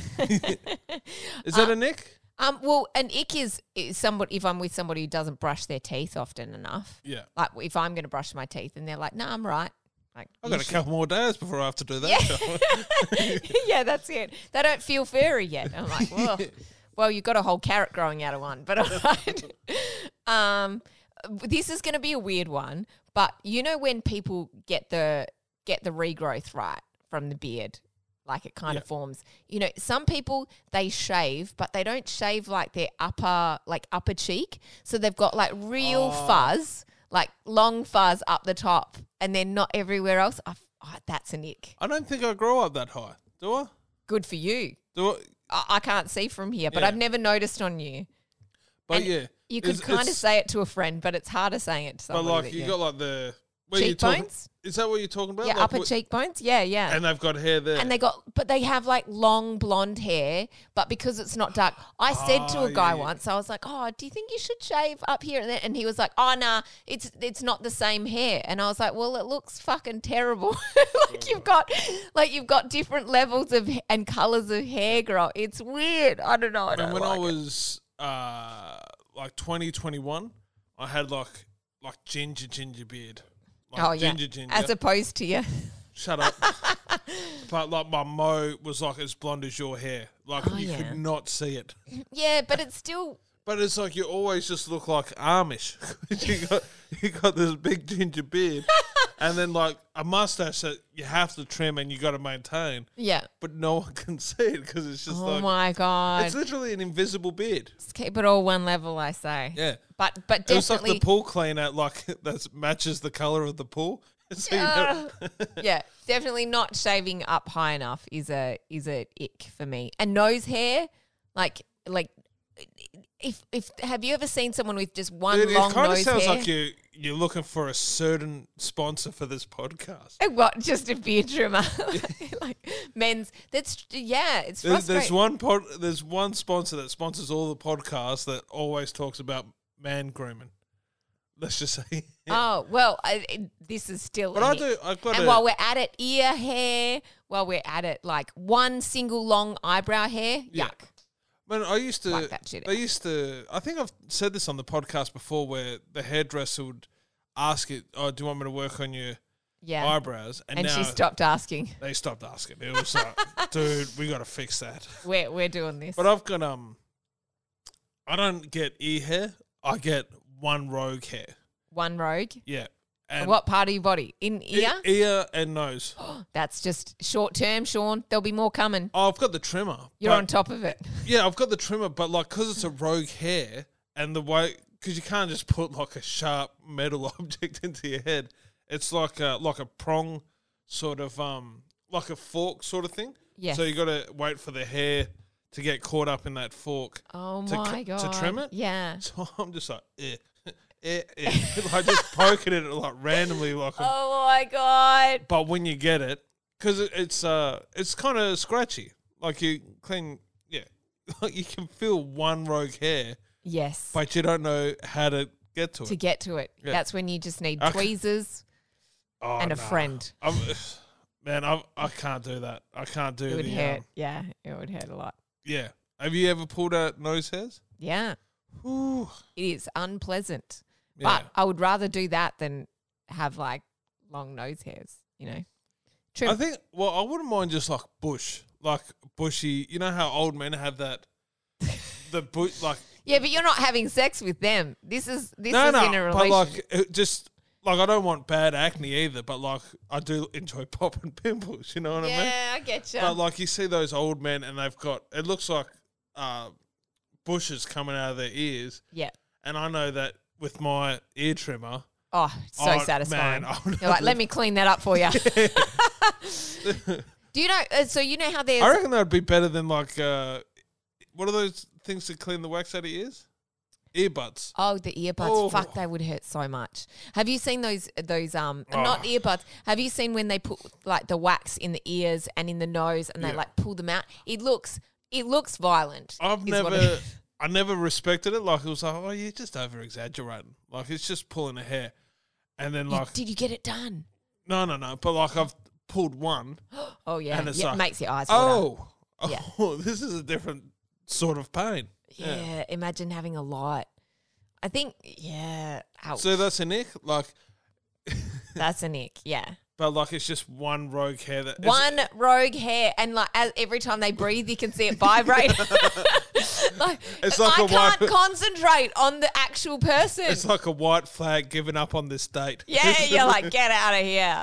Speaker 2: Is that a nick?
Speaker 1: um. Well, an ick is, is somebody if I'm with somebody who doesn't brush their teeth often enough.
Speaker 2: Yeah,
Speaker 1: Like if I'm going to brush my teeth and they're like, "No, I'm right." Like,
Speaker 2: I've
Speaker 1: you
Speaker 2: got a
Speaker 1: should-
Speaker 2: couple more days before I have to do that.
Speaker 1: *laughs* yeah, that's it. They don't feel furry yet. I'm like, well, well, you've got a whole carrot growing out of one, but *laughs* all right. um, this is going to be a weird one, but you know when people get the get the regrowth right from the beard, like it kind
Speaker 2: Yeah.
Speaker 1: of forms. You know, some people they shave, but they don't shave like their upper like upper cheek, so they've got like real fuzz. Like long fuzz up the top, and then not everywhere else. I f oh, that's an ick.
Speaker 2: I don't think I grow up that high. Do I?
Speaker 1: Good for you.
Speaker 2: Do I?
Speaker 1: I, I can't see from here, but
Speaker 2: Yeah.
Speaker 1: I've never noticed on you.
Speaker 2: But
Speaker 1: And
Speaker 2: yeah,
Speaker 1: You could
Speaker 2: it's-
Speaker 1: kind of
Speaker 2: it's-
Speaker 1: say it to a friend, but it's harder saying it to
Speaker 2: But
Speaker 1: somebody.
Speaker 2: like
Speaker 1: that
Speaker 2: you
Speaker 1: you-
Speaker 2: got like the where you talking-
Speaker 1: Cheekbones?
Speaker 2: Is that what you're talking about?
Speaker 1: yeah,
Speaker 2: Like,
Speaker 1: upper
Speaker 2: wh-
Speaker 1: cheekbones. Yeah, yeah.
Speaker 2: And they've got hair there.
Speaker 1: And they got, but they have like long blonde hair, but because it's not dark, I said to
Speaker 2: Ah,
Speaker 1: a guy
Speaker 2: yeah, yeah.
Speaker 1: once, I was like, "Oh, do you think you should shave up here?" And, then, and he was like, "Oh, nah, it's it's not the same hair." And I was like, "Well, it looks fucking terrible. *laughs* like you've got, like you've got different levels of h- and colors of hair grow. It's weird. I don't know. I
Speaker 2: and
Speaker 1: don't
Speaker 2: when
Speaker 1: like
Speaker 2: I
Speaker 1: it.
Speaker 2: was uh, like 20, 21, I had like like ginger ginger beard. Like
Speaker 1: Oh yeah,
Speaker 2: ginger ginger.
Speaker 1: as opposed to you.
Speaker 2: *laughs* Shut up. but like my mo was like as blonde as your hair. Like
Speaker 1: Oh,
Speaker 2: you
Speaker 1: yeah.
Speaker 2: could not see it.
Speaker 1: yeah, but it's still
Speaker 2: But it's like you always just look like Amish. *laughs* you got you got this big
Speaker 1: *laughs*
Speaker 2: ginger beard, and then like a mustache that you have to trim and you got to maintain.
Speaker 1: yeah.
Speaker 2: But no one *laughs* can see it because it's just
Speaker 1: Oh
Speaker 2: like
Speaker 1: my god,
Speaker 2: it's literally an invisible beard.
Speaker 1: Just keep it all one level, I say.
Speaker 2: Yeah,
Speaker 1: But but
Speaker 2: it was like
Speaker 1: definitely
Speaker 2: the pool cleaner, like *laughs* that matches the color of the pool. *laughs* So you know-
Speaker 1: *laughs* yeah, definitely not shaving up high enough is a is a ick for me. And nose hair, like like if if have you ever seen someone with just one
Speaker 2: it,
Speaker 1: long
Speaker 2: kind of
Speaker 1: nose
Speaker 2: sounds
Speaker 1: hair?
Speaker 2: like you you're looking for a certain sponsor for this podcast.
Speaker 1: And *laughs* What just a beard trimmer, *laughs* like, men's? That's yeah, it's
Speaker 2: There's,
Speaker 1: frustrating.
Speaker 2: there's one pod, There's one sponsor that sponsors all the podcasts that always talks about man grooming. Let's just *laughs* say.
Speaker 1: Oh well, I, I- this is still.
Speaker 2: But
Speaker 1: an
Speaker 2: I
Speaker 1: ick.
Speaker 2: do. I've got
Speaker 1: And
Speaker 2: a,
Speaker 1: while we're at it, ear hair. While we're at it, like one single long eyebrow hair.
Speaker 2: Yeah.
Speaker 1: Yuck.
Speaker 2: man, I used to.
Speaker 1: Fuck that shit
Speaker 2: I used to. I think I've said this on the podcast before, where the hairdresser would ask it, "Oh, do you want me to work on your
Speaker 1: Yeah.
Speaker 2: eyebrows?" And,
Speaker 1: and
Speaker 2: now
Speaker 1: she stopped asking. *laughs*
Speaker 2: they stopped asking. It was like, *laughs* dude, we got to fix that.
Speaker 1: We're we're doing this.
Speaker 2: But I've got um. I don't get ear hair. I get one rogue hair.
Speaker 1: one rogue.
Speaker 2: Yeah. And
Speaker 1: what part of your body? In
Speaker 2: e-
Speaker 1: ear?
Speaker 2: ear and nose.
Speaker 1: That's just short term, Sean. There'll be more coming.
Speaker 2: Oh, I've got the trimmer.
Speaker 1: You're
Speaker 2: but-
Speaker 1: on top of it.
Speaker 2: Yeah, I've got the trimmer, but like because it's a rogue hair and the way because you can't just put like a sharp metal *laughs* object into your head. It's like a like a prong sort of um like a fork sort of thing.
Speaker 1: Yes.
Speaker 2: So you got to wait for the hair to get caught up in that fork.
Speaker 1: *laughs* Oh
Speaker 2: To
Speaker 1: my
Speaker 2: cu-
Speaker 1: god.
Speaker 2: to trim it?
Speaker 1: Yeah.
Speaker 2: *laughs* So I'm just like, eh, *laughs* eh, *laughs* eh. like just poking it like randomly, like. a-
Speaker 1: Oh my god.
Speaker 2: but when you get it, because it, it's uh, it's kind of scratchy. Like you clean, yeah, *laughs* like you can feel one rogue hair,
Speaker 1: Yes.
Speaker 2: but you don't know how to get to
Speaker 1: to
Speaker 2: it.
Speaker 1: get to it.
Speaker 2: Yeah.
Speaker 1: That's when you just need
Speaker 2: Okay.
Speaker 1: tweezers
Speaker 2: Oh,
Speaker 1: and a
Speaker 2: nah.
Speaker 1: friend.
Speaker 2: I'm, *sighs* man, I I can't do that. I can't do
Speaker 1: It would
Speaker 2: the,
Speaker 1: hurt.
Speaker 2: um,
Speaker 1: yeah, it would hurt a lot.
Speaker 2: yeah. Have you ever pulled out nose hairs?
Speaker 1: Yeah.
Speaker 2: Ooh,
Speaker 1: It is unpleasant.
Speaker 2: yeah.
Speaker 1: But I would rather do that than have like long nose hairs, you know. Trim.
Speaker 2: I think. Well, I wouldn't mind just like bush, like bushy. You know how old men
Speaker 1: *laughs*
Speaker 2: have that. The bush, like
Speaker 1: yeah, but you're not having sex with them. This is this
Speaker 2: no,
Speaker 1: is
Speaker 2: no,
Speaker 1: in a
Speaker 2: but
Speaker 1: relationship.
Speaker 2: like it just like I don't want bad acne either, but like I do enjoy *laughs* popping pimples. You know what I mean?
Speaker 1: yeah, I get you.
Speaker 2: But like you see those old men, and they've got it looks like uh, bushes coming out of their ears,
Speaker 1: yeah.
Speaker 2: and I know that with my ear trimmer,
Speaker 1: Oh, it's so
Speaker 2: Oh,
Speaker 1: satisfying.
Speaker 2: man, I'll
Speaker 1: You're like, let me clean that up for
Speaker 2: *laughs*
Speaker 1: you. *laughs* Do you know? Uh, so you know how there's
Speaker 2: I reckon that would be better than like uh, what are those things to clean the wax out of ears? Earbuds.
Speaker 1: oh the earbuds.
Speaker 2: Oh.
Speaker 1: Fuck, they would hurt so much. Have you seen those those um
Speaker 2: Oh.
Speaker 1: not earbuds? Have you seen when they put like the wax in the ears and in the nose and they
Speaker 2: Yeah.
Speaker 1: like pull them out? It looks it looks violent.
Speaker 2: I've
Speaker 1: is
Speaker 2: *laughs*
Speaker 1: what it-
Speaker 2: never, I never respected it. Like it was like, oh, you're just over exaggerating. Like it's just pulling a hair, and then
Speaker 1: You-
Speaker 2: like,
Speaker 1: did you get it done?
Speaker 2: no, no, no. But like I've pulled one.
Speaker 1: Oh yeah,
Speaker 2: And it's
Speaker 1: yeah it
Speaker 2: like,
Speaker 1: makes your eyes water.
Speaker 2: Oh,
Speaker 1: Yeah.
Speaker 2: oh, *laughs* this is a different sort of pain.
Speaker 1: yeah. Imagine having a lot. I think yeah. Ouch.
Speaker 2: So that's a nick. Like,
Speaker 1: that's an ick. Yeah.
Speaker 2: but like it's just one rogue hair that it's-
Speaker 1: one rogue hair, and like as, every time they breathe, you can see it vibrate. *laughs* like,
Speaker 2: It's like
Speaker 1: I
Speaker 2: a white-
Speaker 1: can't concentrate on the actual person.
Speaker 2: It's like a white flag giving up on this date.
Speaker 1: yeah, you're like, get out of here,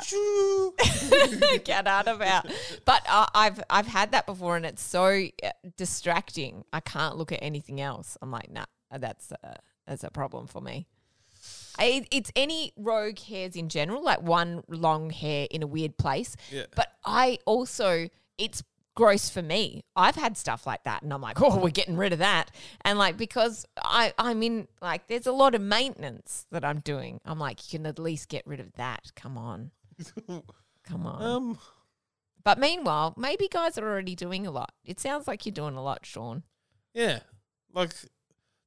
Speaker 1: get out of here. But I I've I've had that before, and it's so uh, distracting. I can't look at anything else. I'm like, nah, that's a, that's a problem for me. I, it's any rogue hairs in general, like one long hair in a weird place.
Speaker 2: Yeah.
Speaker 1: But I also, it's gross for me. I've had stuff like that, and I'm like, oh, we're getting rid of that. And like, because I, I'm in, like, there's a lot of maintenance that I'm doing. I'm like, you can at least get rid of that. Come on. Come on.
Speaker 2: *laughs* um,
Speaker 1: but meanwhile, maybe guys are already doing a lot. It sounds like you're doing a lot,
Speaker 2: *laughs*
Speaker 1: Sean. *laughs*
Speaker 2: yeah, like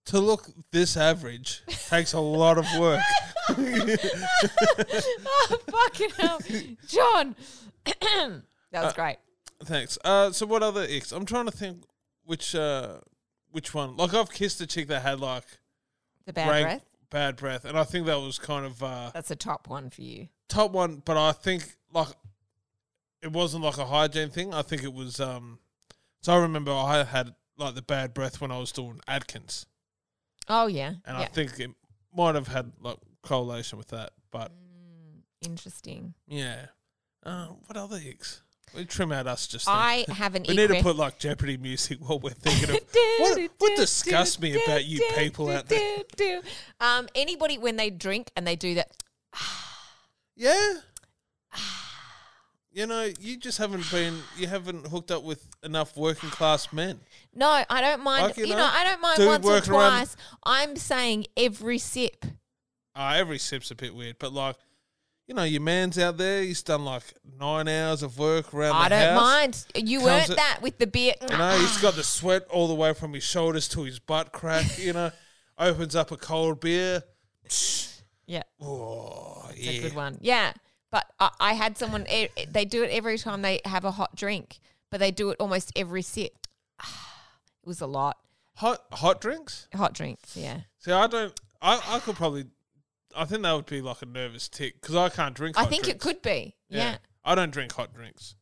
Speaker 2: to look this average takes a lot of
Speaker 1: *laughs*
Speaker 2: work.
Speaker 1: oh, fucking
Speaker 2: *laughs*
Speaker 1: hell. John. *clears throat* that
Speaker 2: Uh,
Speaker 1: was great.
Speaker 2: Thanks. Uh, so what other icks? I'm trying to think which uh, which one. Like I've kissed a chick that had like
Speaker 1: The bad
Speaker 2: rank
Speaker 1: breath.
Speaker 2: bad breath, and I think that was kind of uh,
Speaker 1: That's a top one for you.
Speaker 2: top one. But I think like it wasn't like a hygiene thing. I think it was. um So I remember I had like the bad breath when I was doing Adkins,
Speaker 1: Oh yeah.
Speaker 2: and I
Speaker 1: yeah.
Speaker 2: think it might have had like correlation with that. But
Speaker 1: Mm. Interesting.
Speaker 2: yeah, uh, what other icks? We trim out us just. then. *laughs*
Speaker 1: I have an
Speaker 2: we
Speaker 1: ick
Speaker 2: need
Speaker 1: *laughs*
Speaker 2: to
Speaker 1: ref-
Speaker 2: put like Jeopardy music *laughs* while we're thinking
Speaker 1: *laughs*
Speaker 2: of what, what disgusts me about you people out there.
Speaker 1: Um, anybody when they drink and they do that,
Speaker 2: Yeah.
Speaker 1: *sighs*
Speaker 2: You know, you just haven't been, you haven't hooked up with enough working class men.
Speaker 1: No, I don't mind.
Speaker 2: Like, you
Speaker 1: you, know,
Speaker 2: know,
Speaker 1: I don't mind
Speaker 2: dude
Speaker 1: once or
Speaker 2: working around-
Speaker 1: twice. I'm saying every sip.
Speaker 2: Uh, every sip's a bit weird, but like, you know, your man's out there, he's done like nine hours of work around
Speaker 1: I
Speaker 2: the
Speaker 1: don't
Speaker 2: house.
Speaker 1: mind. You
Speaker 2: comes
Speaker 1: weren't
Speaker 2: at-
Speaker 1: that with the beer.
Speaker 2: You know, he's got the sweat all the way from his shoulders to his butt
Speaker 1: *laughs*
Speaker 2: crack, you know, opens up a cold beer.
Speaker 1: yeah,
Speaker 2: Oh,
Speaker 1: it's a
Speaker 2: yeah.
Speaker 1: good one. Yeah, but I, I had someone. e- They do it every time they have a hot drink, but they do it almost every sip. *sighs* It was a lot.
Speaker 2: Hot, hot drinks?
Speaker 1: Hot drinks. Yeah,
Speaker 2: See, I don't, I, I could probably, I think that would be like a nervous tick because I can't drink
Speaker 1: I
Speaker 2: hot
Speaker 1: think it
Speaker 2: drinks.
Speaker 1: could be. Yeah. Mm.
Speaker 2: I don't drink hot drinks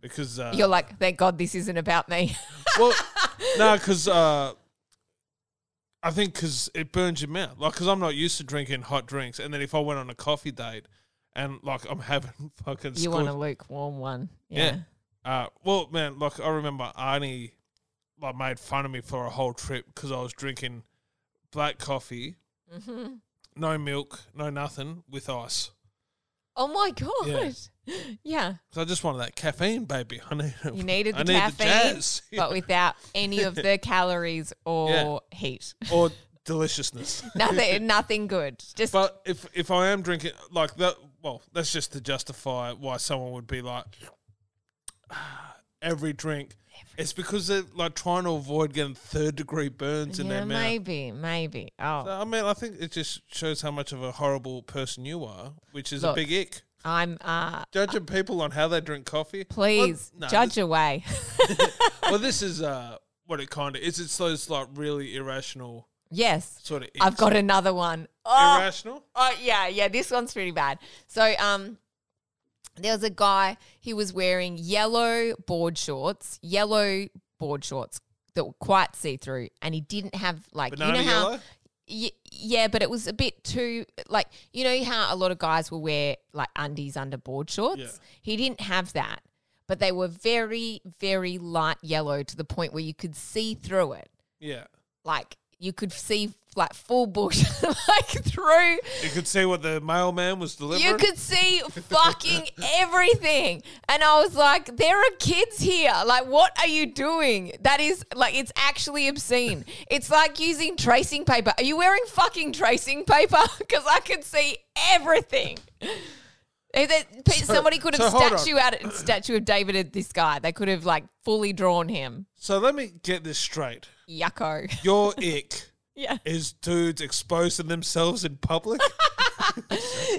Speaker 2: because uh,
Speaker 1: You're like, thank God this isn't about me. *laughs*
Speaker 2: well, no, because uh, I think because it burns your mouth. Like, because I'm not used to drinking hot drinks, and then if I went on a coffee date and like I'm having *laughs* fucking
Speaker 1: you want a
Speaker 2: scorch-
Speaker 1: lukewarm one.
Speaker 2: yeah.
Speaker 1: Yeah.
Speaker 2: Uh, well, man, like I remember Arnie like made fun of me for a whole trip because I was drinking black coffee,
Speaker 1: hmm
Speaker 2: no milk, no nothing, with ice.
Speaker 1: Oh my God. *laughs* yeah.
Speaker 2: Because I just wanted that caffeine, baby. *laughs* I need
Speaker 1: You needed the
Speaker 2: I need
Speaker 1: caffeine,
Speaker 2: the jazz. *laughs*
Speaker 1: but without any of the calories or
Speaker 2: *laughs*
Speaker 1: heat.
Speaker 2: or deliciousness.
Speaker 1: Nothing, nothing good. Just
Speaker 2: But if if I am drinking like that, well, that's just to justify why someone would be like *sighs* "Ah, every drink. It's because they're like trying to avoid getting third degree burns in
Speaker 1: yeah,
Speaker 2: their mouth.
Speaker 1: maybe, maybe. Oh,
Speaker 2: So, I mean, I think it just shows how much of a horrible person you are, which is
Speaker 1: Look.
Speaker 2: a big ick.
Speaker 1: I'm. Uh,
Speaker 2: Judging people on how they drink coffee.
Speaker 1: please
Speaker 2: well, no,
Speaker 1: judge away. *laughs*
Speaker 2: This, well, this is uh, what it kind of is. It's those like really irrational
Speaker 1: yes,
Speaker 2: sort of.
Speaker 1: I've
Speaker 2: icks.
Speaker 1: got another one. Oh,
Speaker 2: irrational.
Speaker 1: Oh yeah, yeah. This one's pretty bad. So um, there was a guy. He was wearing yellow board shorts, yellow board shorts that were quite see through, and he didn't have like
Speaker 2: Banana
Speaker 1: you know how.
Speaker 2: yellow.
Speaker 1: Y- yeah, but it was a bit too like you know how a lot of guys will wear like undies under board shorts.
Speaker 2: Yeah.
Speaker 1: He didn't have that, but they were very very light yellow to the point where you could see through it.
Speaker 2: Yeah,
Speaker 1: Like you could see like full bush *laughs* like through.
Speaker 2: you could see what the mailman was delivering.
Speaker 1: You could see fucking everything. And I was like, there are kids here. Like, what are you doing? That is, like, it's actually obscene. It's like using tracing paper. Are you wearing fucking tracing paper? *laughs* Because I could see everything. If that- pe- Somebody could have
Speaker 2: so hold on.
Speaker 1: statue out a statue of David at this guy. They could have, like, fully drawn him.
Speaker 2: So let me get this straight.
Speaker 1: Yucko. *laughs*
Speaker 2: Your ick
Speaker 1: Yeah.
Speaker 2: is dudes exposing themselves in *laughs* public?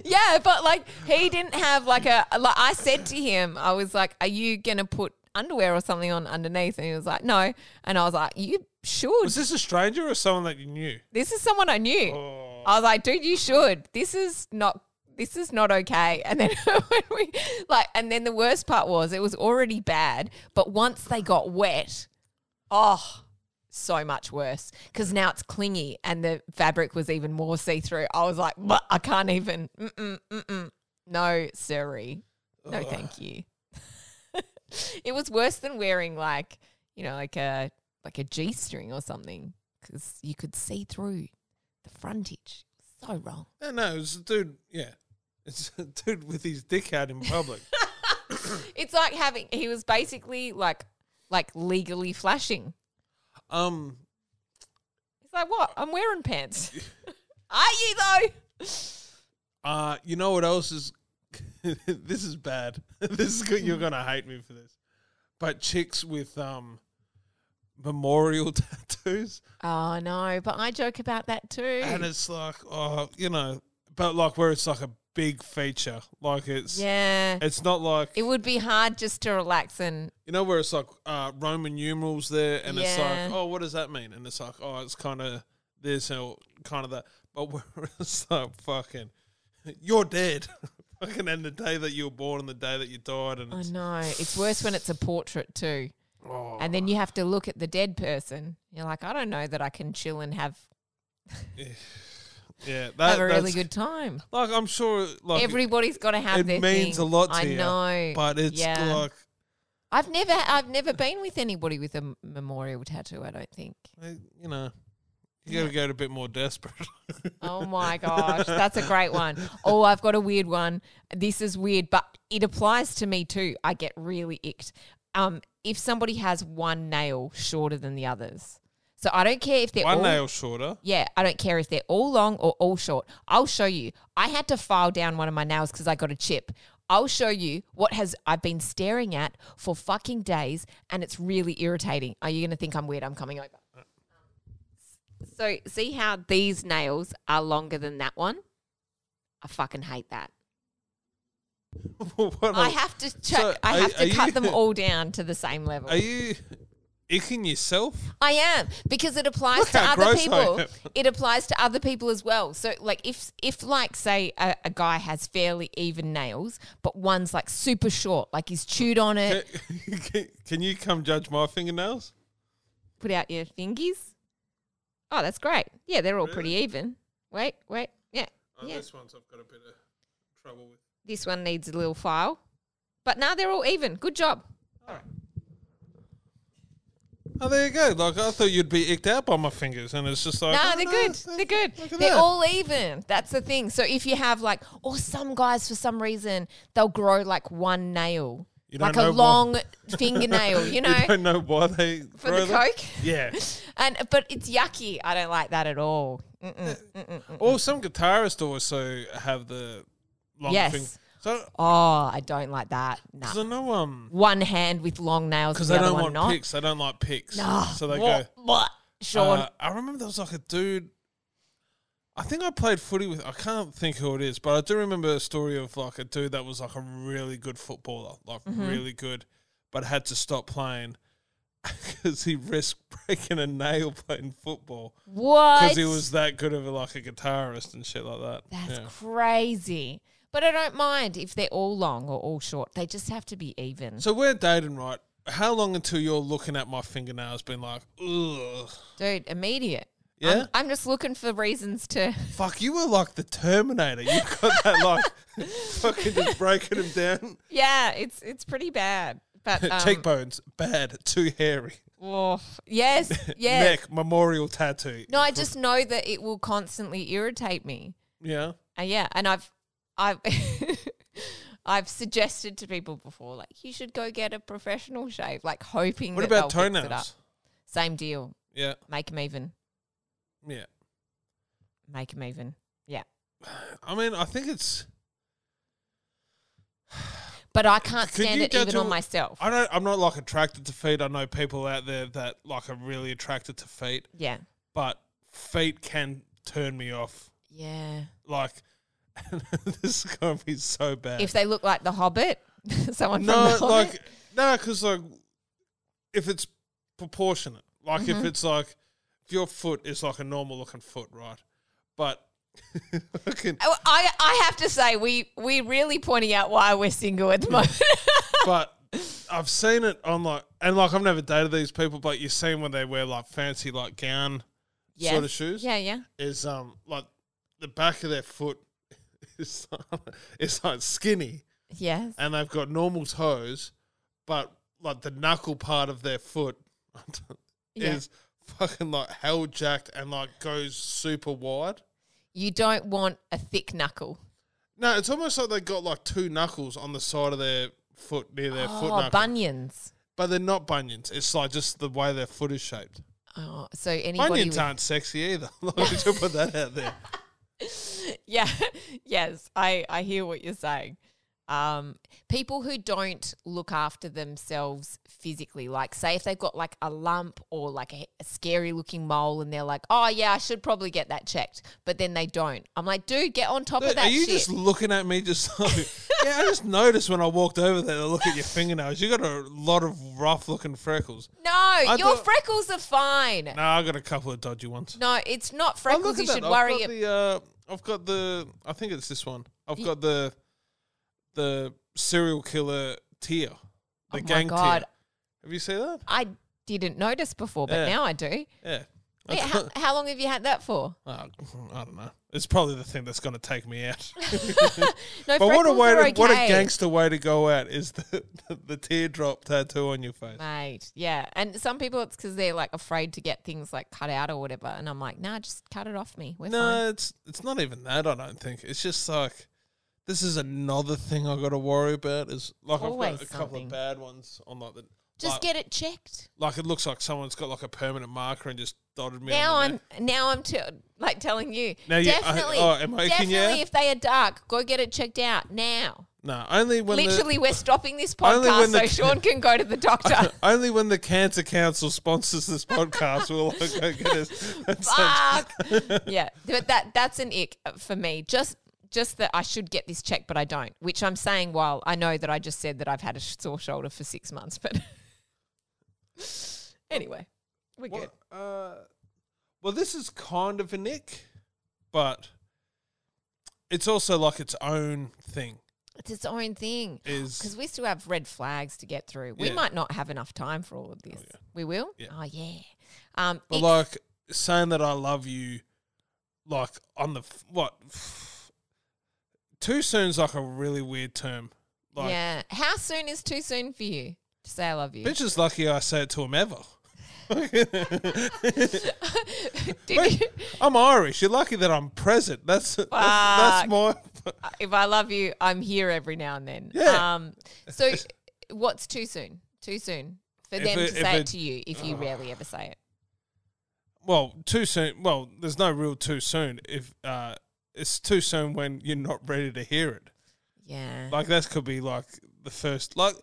Speaker 1: Yeah, but like he didn't have like a like I said to him, I was like, "Are you gonna put underwear or something on underneath?" And he was like, "No," and I was like, "You should."
Speaker 2: Was this a stranger or someone that you knew?
Speaker 1: this is someone I knew. I was like, "Dude, you should. This is not." This is not okay. *laughs* And then when we like, and then the worst part was it was already bad, but once they got wet, oh, so much worse. Because now it's clingy, and the fabric was even more see through. I was like, "What? I can't even. Mm-mm, mm-mm. No, sorry. No, thank you. *laughs* it was worse than wearing like you know like a like a g string or something because you could see through the frontage. So wrong.
Speaker 2: No, no, it was a dude. Yeah, it's a dude with his dick out in *laughs* public.
Speaker 1: It's like having he was basically like like legally flashing.
Speaker 2: um,
Speaker 1: It's like what I'm wearing *laughs* pants. Are you though?
Speaker 2: uh, you know what else is? *laughs* this is bad. *laughs* this is good. You're gonna hate me for this. But chicks with um memorial *laughs* tattoos,
Speaker 1: Oh no, but I joke about that too.
Speaker 2: and it's like, oh, you know, but like where it's like a big feature, like it's
Speaker 1: yeah.
Speaker 2: It's not like
Speaker 1: It would be hard just to relax and
Speaker 2: you know where it's like uh, Roman numerals there, and it's
Speaker 1: Yeah.
Speaker 2: like, oh, what does that mean? And it's like, oh, it's kind of this or kind of that. But *laughs* we're just like fucking, you're dead. *laughs* fucking and the day that you were born and the day that you died and
Speaker 1: I
Speaker 2: it's,
Speaker 1: know. It's worse when it's a portrait too.
Speaker 2: oh,
Speaker 1: And then you have to look at the dead person. You're like, I don't know that I can chill and have,
Speaker 2: yeah, that,
Speaker 1: have a really
Speaker 2: that's-
Speaker 1: good time.
Speaker 2: Like I'm sure, like
Speaker 1: Everybody's got to have
Speaker 2: it
Speaker 1: their
Speaker 2: means
Speaker 1: thing.
Speaker 2: a lot to
Speaker 1: I
Speaker 2: you,
Speaker 1: know.
Speaker 2: but it's
Speaker 1: Yeah.
Speaker 2: like
Speaker 1: I've never I've never been with anybody with a m- memorial tattoo, I don't think.
Speaker 2: eh, you know, you got to get a bit
Speaker 1: *laughs*
Speaker 2: more desperate.
Speaker 1: Oh
Speaker 2: *laughs*
Speaker 1: my gosh, that's a great one. Oh, I've got a weird one. This is weird, but it applies to me too. I get really icked. Um, if somebody has one nail shorter than the others, so I don't care if they're
Speaker 2: One
Speaker 1: all,
Speaker 2: nail shorter. *laughs*
Speaker 1: Yeah, I don't care if they're all long or all short. I'll show you. I had to file down one of my nails because I got a chip. I'll show you what has I've been staring at for fucking days, and it's really irritating. Are you going to think I'm weird? I'm coming over. So see how these nails are longer than that one. I fucking hate that.
Speaker 2: What
Speaker 1: I
Speaker 2: a-
Speaker 1: have to check.
Speaker 2: So
Speaker 1: I
Speaker 2: are-
Speaker 1: have
Speaker 2: are
Speaker 1: to cut
Speaker 2: you- *laughs*
Speaker 1: them all down to the same level.
Speaker 2: Are you icking yourself? *laughs*
Speaker 1: I am because it applies
Speaker 2: Look
Speaker 1: to
Speaker 2: how
Speaker 1: other
Speaker 2: gross I
Speaker 1: people.
Speaker 2: am.
Speaker 1: It applies to other people as well. So, like, if if like say a, a guy has fairly even nails, but one's like super short, like he's chewed on it.
Speaker 2: Can can you come judge my fingernails?
Speaker 1: Put out your fingers. Oh, that's great. Yeah, they're all pretty even. Wait, wait, yeah,
Speaker 2: Oh,
Speaker 1: yeah. This.
Speaker 2: Uh, one's I've got a bit of trouble with.
Speaker 1: one needs a little file, but now they're all even. Good job.
Speaker 2: Oh, there you go. Like I thought you'd be icked out by my fingers, and it's just like
Speaker 1: No,
Speaker 2: oh,
Speaker 1: they're good.
Speaker 2: it's-
Speaker 1: They're good.
Speaker 2: Look at
Speaker 1: They're
Speaker 2: that.
Speaker 1: all even. That's the thing. So if you have like, or some guys for some reason they'll grow like one nail,
Speaker 2: You don't
Speaker 1: like
Speaker 2: know
Speaker 1: a
Speaker 2: why.
Speaker 1: long
Speaker 2: *laughs*
Speaker 1: fingernail, you know,
Speaker 2: You don't know why they
Speaker 1: for the coke. *laughs*
Speaker 2: Yeah.
Speaker 1: And but it's yucky. I don't like that at all. Mm. Mm-mm.
Speaker 2: or some guitarists also have the long
Speaker 1: Yes.
Speaker 2: fingers. So
Speaker 1: Oh, I don't like that. Nah.
Speaker 2: 'cause I know um
Speaker 1: One hand with long nails,
Speaker 2: because
Speaker 1: and
Speaker 2: they
Speaker 1: the other one
Speaker 2: don't want
Speaker 1: not.
Speaker 2: picks. They don't like picks.
Speaker 1: Nah.
Speaker 2: So they
Speaker 1: what,
Speaker 2: go.
Speaker 1: What? Sean.
Speaker 2: Uh, I remember there was like a dude. I think I played footy with. I can't think who it is, but I do remember a story of like a dude that was like a really good footballer, like really good, but had to stop playing *laughs* because he risked *laughs* breaking a nail playing football
Speaker 1: what?
Speaker 2: because he was that good of a, like a guitarist and shit like that.
Speaker 1: That's
Speaker 2: Yeah.
Speaker 1: crazy. But I don't mind if they're all long or all short. They just have to be even.
Speaker 2: So we're dating, right? How long until you're looking at my fingernails, being like, ugh,
Speaker 1: Dude, immediate.
Speaker 2: yeah?
Speaker 1: I'm, I'm just looking for reasons to. *laughs*
Speaker 2: Fuck, you were like the Terminator. You got that like *laughs* fucking just breaking him down.
Speaker 1: Yeah, it's it's pretty bad.
Speaker 2: *laughs*
Speaker 1: But um,
Speaker 2: Cheekbones, bad, too hairy.
Speaker 1: oh,
Speaker 2: *laughs*
Speaker 1: yes, yes.
Speaker 2: Neck, memorial tattoo.
Speaker 1: No, I just know that it will constantly irritate me.
Speaker 2: Yeah.
Speaker 1: Uh, yeah, and I've I've *laughs* I've suggested to people before, like you should go get a professional shave, like hoping. that
Speaker 2: What about
Speaker 1: Mm, they'll fix it up.
Speaker 2: toenails?
Speaker 1: Same deal.
Speaker 2: Yeah.
Speaker 1: Make them even.
Speaker 2: Yeah.
Speaker 1: Make them even. Yeah.
Speaker 2: I mean, I think it's.
Speaker 1: But I can't
Speaker 2: Could
Speaker 1: stand
Speaker 2: you
Speaker 1: it even
Speaker 2: judge
Speaker 1: on
Speaker 2: a-
Speaker 1: myself.
Speaker 2: I don't. I'm not like attracted to feet. I know people out there that like are really attracted to feet,
Speaker 1: yeah.
Speaker 2: but feet can turn me off.
Speaker 1: Yeah.
Speaker 2: Like, *laughs* this is gonna be so bad.
Speaker 1: If they look like the Hobbit, *laughs* someone
Speaker 2: *laughs* no,
Speaker 1: from the Hobbit.
Speaker 2: like no, because like if it's proportionate, like if
Speaker 1: Mm-hmm.
Speaker 2: it's like if your foot is like a normal looking foot, right? But *laughs* fucking,
Speaker 1: Oh, I, I have to say, we we really pointing out why we're single
Speaker 2: Hmm.
Speaker 1: at the moment.
Speaker 2: but I've seen it on like and like I've never dated these people, but you've seen when they wear like fancy like gown
Speaker 1: yeah.
Speaker 2: sort of shoes
Speaker 1: Yeah, yeah.
Speaker 2: is um like the back of their foot *laughs* is it's like skinny
Speaker 1: Yes.
Speaker 2: and they've got normal toes, but like the knuckle part of their foot *laughs*
Speaker 1: Yeah.
Speaker 2: is fucking like hell jacked and like goes super wide.
Speaker 1: You don't want a thick knuckle.
Speaker 2: No, it's almost like they got like two knuckles on the side of their foot near their foot
Speaker 1: Oh,
Speaker 2: knuckle.
Speaker 1: bunions.
Speaker 2: but they're not bunions. It's like just the way their foot is shaped.
Speaker 1: Oh, so anybody
Speaker 2: Bunions
Speaker 1: with-
Speaker 2: aren't sexy either. *laughs* Like, we
Speaker 1: *laughs*
Speaker 2: should put that out there.
Speaker 1: Yeah. yes, I I hear what you're saying. um, people who don't look after themselves physically. Like, say, if they've got like a lump or like a, a scary looking mole, and they're like, "Oh yeah, I should probably get that checked," but then they don't. I'm like, dude, get on top of that.
Speaker 2: Are you
Speaker 1: shit.
Speaker 2: just looking at me just
Speaker 1: *laughs*
Speaker 2: like, yeah, I just noticed when I walked over there to look at your fingernails. You got a lot of rough looking freckles.
Speaker 1: no, your
Speaker 2: thought-
Speaker 1: freckles are fine.
Speaker 2: No, I got a couple of dodgy ones.
Speaker 1: No, it's not
Speaker 2: Oh,
Speaker 1: freckles
Speaker 2: look at
Speaker 1: you
Speaker 2: that.
Speaker 1: should worry
Speaker 2: I've got,
Speaker 1: about.
Speaker 2: the, uh, I've got the, I think it's this one. I've got the, the serial killer tear, the
Speaker 1: Oh my
Speaker 2: gang
Speaker 1: God.
Speaker 2: tear. Have you seen that?
Speaker 1: I didn't notice before, but
Speaker 2: Yeah.
Speaker 1: now I do.
Speaker 2: Yeah.
Speaker 1: Wait,
Speaker 2: That's- *laughs*
Speaker 1: how, how long have you had that for?
Speaker 2: Oh, I don't know. It's probably the thing that's going to take me out.
Speaker 1: No,
Speaker 2: But what a
Speaker 1: freckles
Speaker 2: way
Speaker 1: are
Speaker 2: to,
Speaker 1: okay.
Speaker 2: what a gangster way to go out is the, *laughs* the, the teardrop tattoo on your face.
Speaker 1: Mate, yeah. And some people, it's because they're like afraid to get things like cut out or whatever. And I'm like, nah, just cut it off me. We're fine.
Speaker 2: No, it's it's not even that. I don't think it's just like this is another thing I got to worry about. Is like I've got
Speaker 1: Always
Speaker 2: a couple
Speaker 1: something.
Speaker 2: of bad ones on like the
Speaker 1: Just
Speaker 2: like,
Speaker 1: get it checked.
Speaker 2: like it looks like someone's got like a permanent marker and just dotted me.
Speaker 1: Now
Speaker 2: on the
Speaker 1: I'm now I'm t- like telling you.
Speaker 2: Now you- I-
Speaker 1: definitely,
Speaker 2: oh, am I making
Speaker 1: definitely
Speaker 2: you out?
Speaker 1: if they are dark, go get it checked out now.
Speaker 2: No, only when
Speaker 1: Literally, *laughs* we're stopping this
Speaker 2: Only
Speaker 1: podcast
Speaker 2: when
Speaker 1: so
Speaker 2: the-
Speaker 1: Sean can go to the doctor.
Speaker 2: The, *laughs* only when the Cancer Council sponsors this podcast will I go get us. that's-
Speaker 1: Fuck. *laughs* yeah, but that that's an ick for me. Just just that I should get this checked, but I don't. Which I'm saying while I know that I just said that I've had a sh- sore shoulder for six months, but *laughs* anyway, we're good.
Speaker 2: What, uh, well, this is kind of a nick, but it's also like its own thing.
Speaker 1: It's its own thing because
Speaker 2: Is
Speaker 1: we still have red flags to get through. We
Speaker 2: Yeah.
Speaker 1: might not have enough time for all of this.
Speaker 2: yeah.
Speaker 1: We will.
Speaker 2: Yeah.
Speaker 1: Oh yeah. Um,
Speaker 2: but
Speaker 1: ick-
Speaker 2: like saying that I love you, like on the f- what? Too soon's like a really weird term. Like,
Speaker 1: yeah. How soon is too soon for you to say I love you?
Speaker 2: bitch is lucky I say it to
Speaker 1: *laughs*
Speaker 2: him ever. *laughs*
Speaker 1: Did you?
Speaker 2: I'm Irish. You're lucky that I'm present. That's that's, that's
Speaker 1: Fuck.
Speaker 2: my.
Speaker 1: if I love you, I'm here every now and then.
Speaker 2: Yeah.
Speaker 1: Um, so what's too soon? Too soon for
Speaker 2: If
Speaker 1: them
Speaker 2: it-
Speaker 1: to
Speaker 2: if
Speaker 1: say it,
Speaker 2: it-
Speaker 1: to you if you rarely ever say it.
Speaker 2: Well, too soon. Well, there's no real too soon. If uh, it's too soon when you're not ready to hear it.
Speaker 1: Yeah.
Speaker 2: Like that could be like the first. Like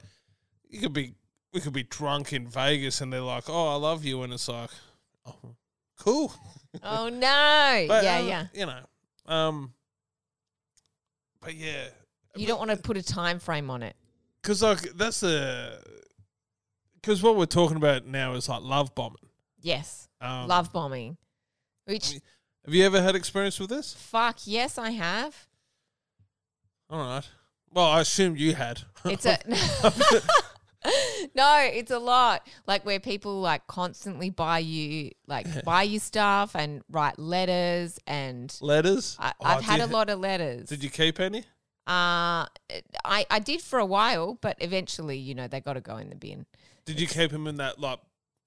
Speaker 2: you could be. We could be drunk in Vegas and they're like, "Oh, I love you," and it's like, "Oh, cool."
Speaker 1: oh no.
Speaker 2: But,
Speaker 1: yeah,
Speaker 2: uh,
Speaker 1: yeah.
Speaker 2: You know. Um. But yeah,
Speaker 1: You don't want to put a time frame on it.
Speaker 2: because like that's the. Because what we're talking about now is like love bombing.
Speaker 1: Yes.
Speaker 2: Um,
Speaker 1: Love bombing. Which
Speaker 2: I mean- Have you ever had experience with this?
Speaker 1: fuck yes I
Speaker 2: *laughs*
Speaker 1: have.
Speaker 2: All right. Well, I assume you had.
Speaker 1: It's a *laughs* No, it's a lot. Like where people like constantly buy you
Speaker 2: *laughs*
Speaker 1: like buy you stuff and write letters and
Speaker 2: letters.
Speaker 1: I,
Speaker 2: Oh,
Speaker 1: I've had a
Speaker 2: did-
Speaker 1: lot of letters.
Speaker 2: Did you keep any?
Speaker 1: Uh, I, I did for a while, but eventually, you know, they got to go in the bin.
Speaker 2: Did you keep them in that like,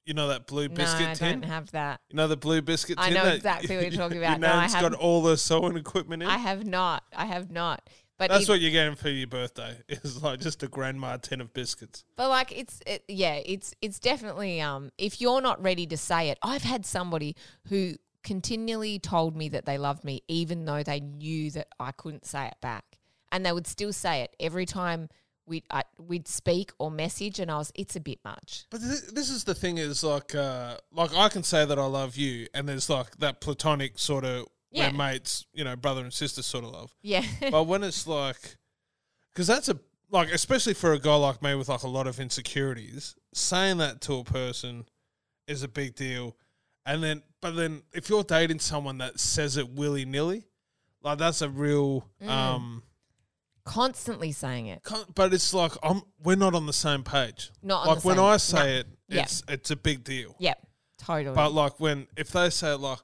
Speaker 2: you know, that blue biscuit
Speaker 1: no, I
Speaker 2: tin?
Speaker 1: don't have that.
Speaker 2: you know the blue biscuit
Speaker 1: I
Speaker 2: tin.
Speaker 1: know
Speaker 2: that-
Speaker 1: exactly what you're
Speaker 2: *laughs*
Speaker 1: talking about.
Speaker 2: You
Speaker 1: No,
Speaker 2: know,
Speaker 1: I
Speaker 2: it's got
Speaker 1: haven't.
Speaker 2: all the sewing equipment in.
Speaker 1: I have not. I have not. But
Speaker 2: That's
Speaker 1: it-
Speaker 2: what you're getting for your birthday. *laughs* It's like just a grandma tin of biscuits.
Speaker 1: But like it's it, yeah, it's it's definitely um if you're not ready to say it. I've had somebody who continually told me that they loved me even though they knew that I couldn't say it back. And they would still say it every time we I, we'd speak or message and I was it's a bit much.
Speaker 2: But th- this is the thing: is like, uh, like I can say that I love you, and there's like that platonic sort of
Speaker 1: Yeah.
Speaker 2: where mates, you know, brother and sister sort of love.
Speaker 1: Yeah. *laughs*
Speaker 2: *laughs* but when it's like, because that's a like, especially for a guy like me with like a lot of insecurities, saying that to a person is a big deal. And then, but then, if you're dating someone that says it willy nilly, like that's a real.
Speaker 1: Mm.
Speaker 2: um
Speaker 1: Constantly saying it.
Speaker 2: con- But it's like I'm. We're not on the same page.
Speaker 1: Not on
Speaker 2: like
Speaker 1: the
Speaker 2: when
Speaker 1: same-
Speaker 2: I say it,
Speaker 1: Yeah.
Speaker 2: it's it's a big deal.
Speaker 1: Yep. Totally.
Speaker 2: But like when if they say it like,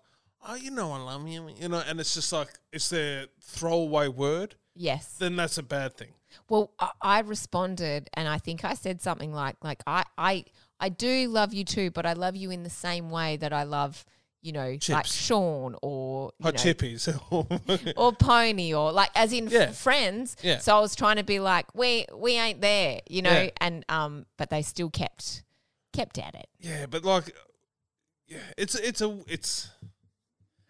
Speaker 2: oh, you know, I love you, you know, and it's just like it's their throwaway word,
Speaker 1: yes.
Speaker 2: then that's a bad thing.
Speaker 1: Well, I, I responded, and I think I said something like, "Like I, I, I do love you too, but I love you in the same way that I love, you know, like
Speaker 2: Chips.
Speaker 1: Sean or you
Speaker 2: Hot
Speaker 1: know,
Speaker 2: chippies. *laughs*
Speaker 1: or Pony or like as in f-
Speaker 2: Yeah.
Speaker 1: friends."
Speaker 2: Yeah.
Speaker 1: So I was trying to be like, "We, we ain't there," you know,
Speaker 2: Yeah.
Speaker 1: and um, but they still kept, kept at it.
Speaker 2: yeah, but like, yeah, it's it's a it's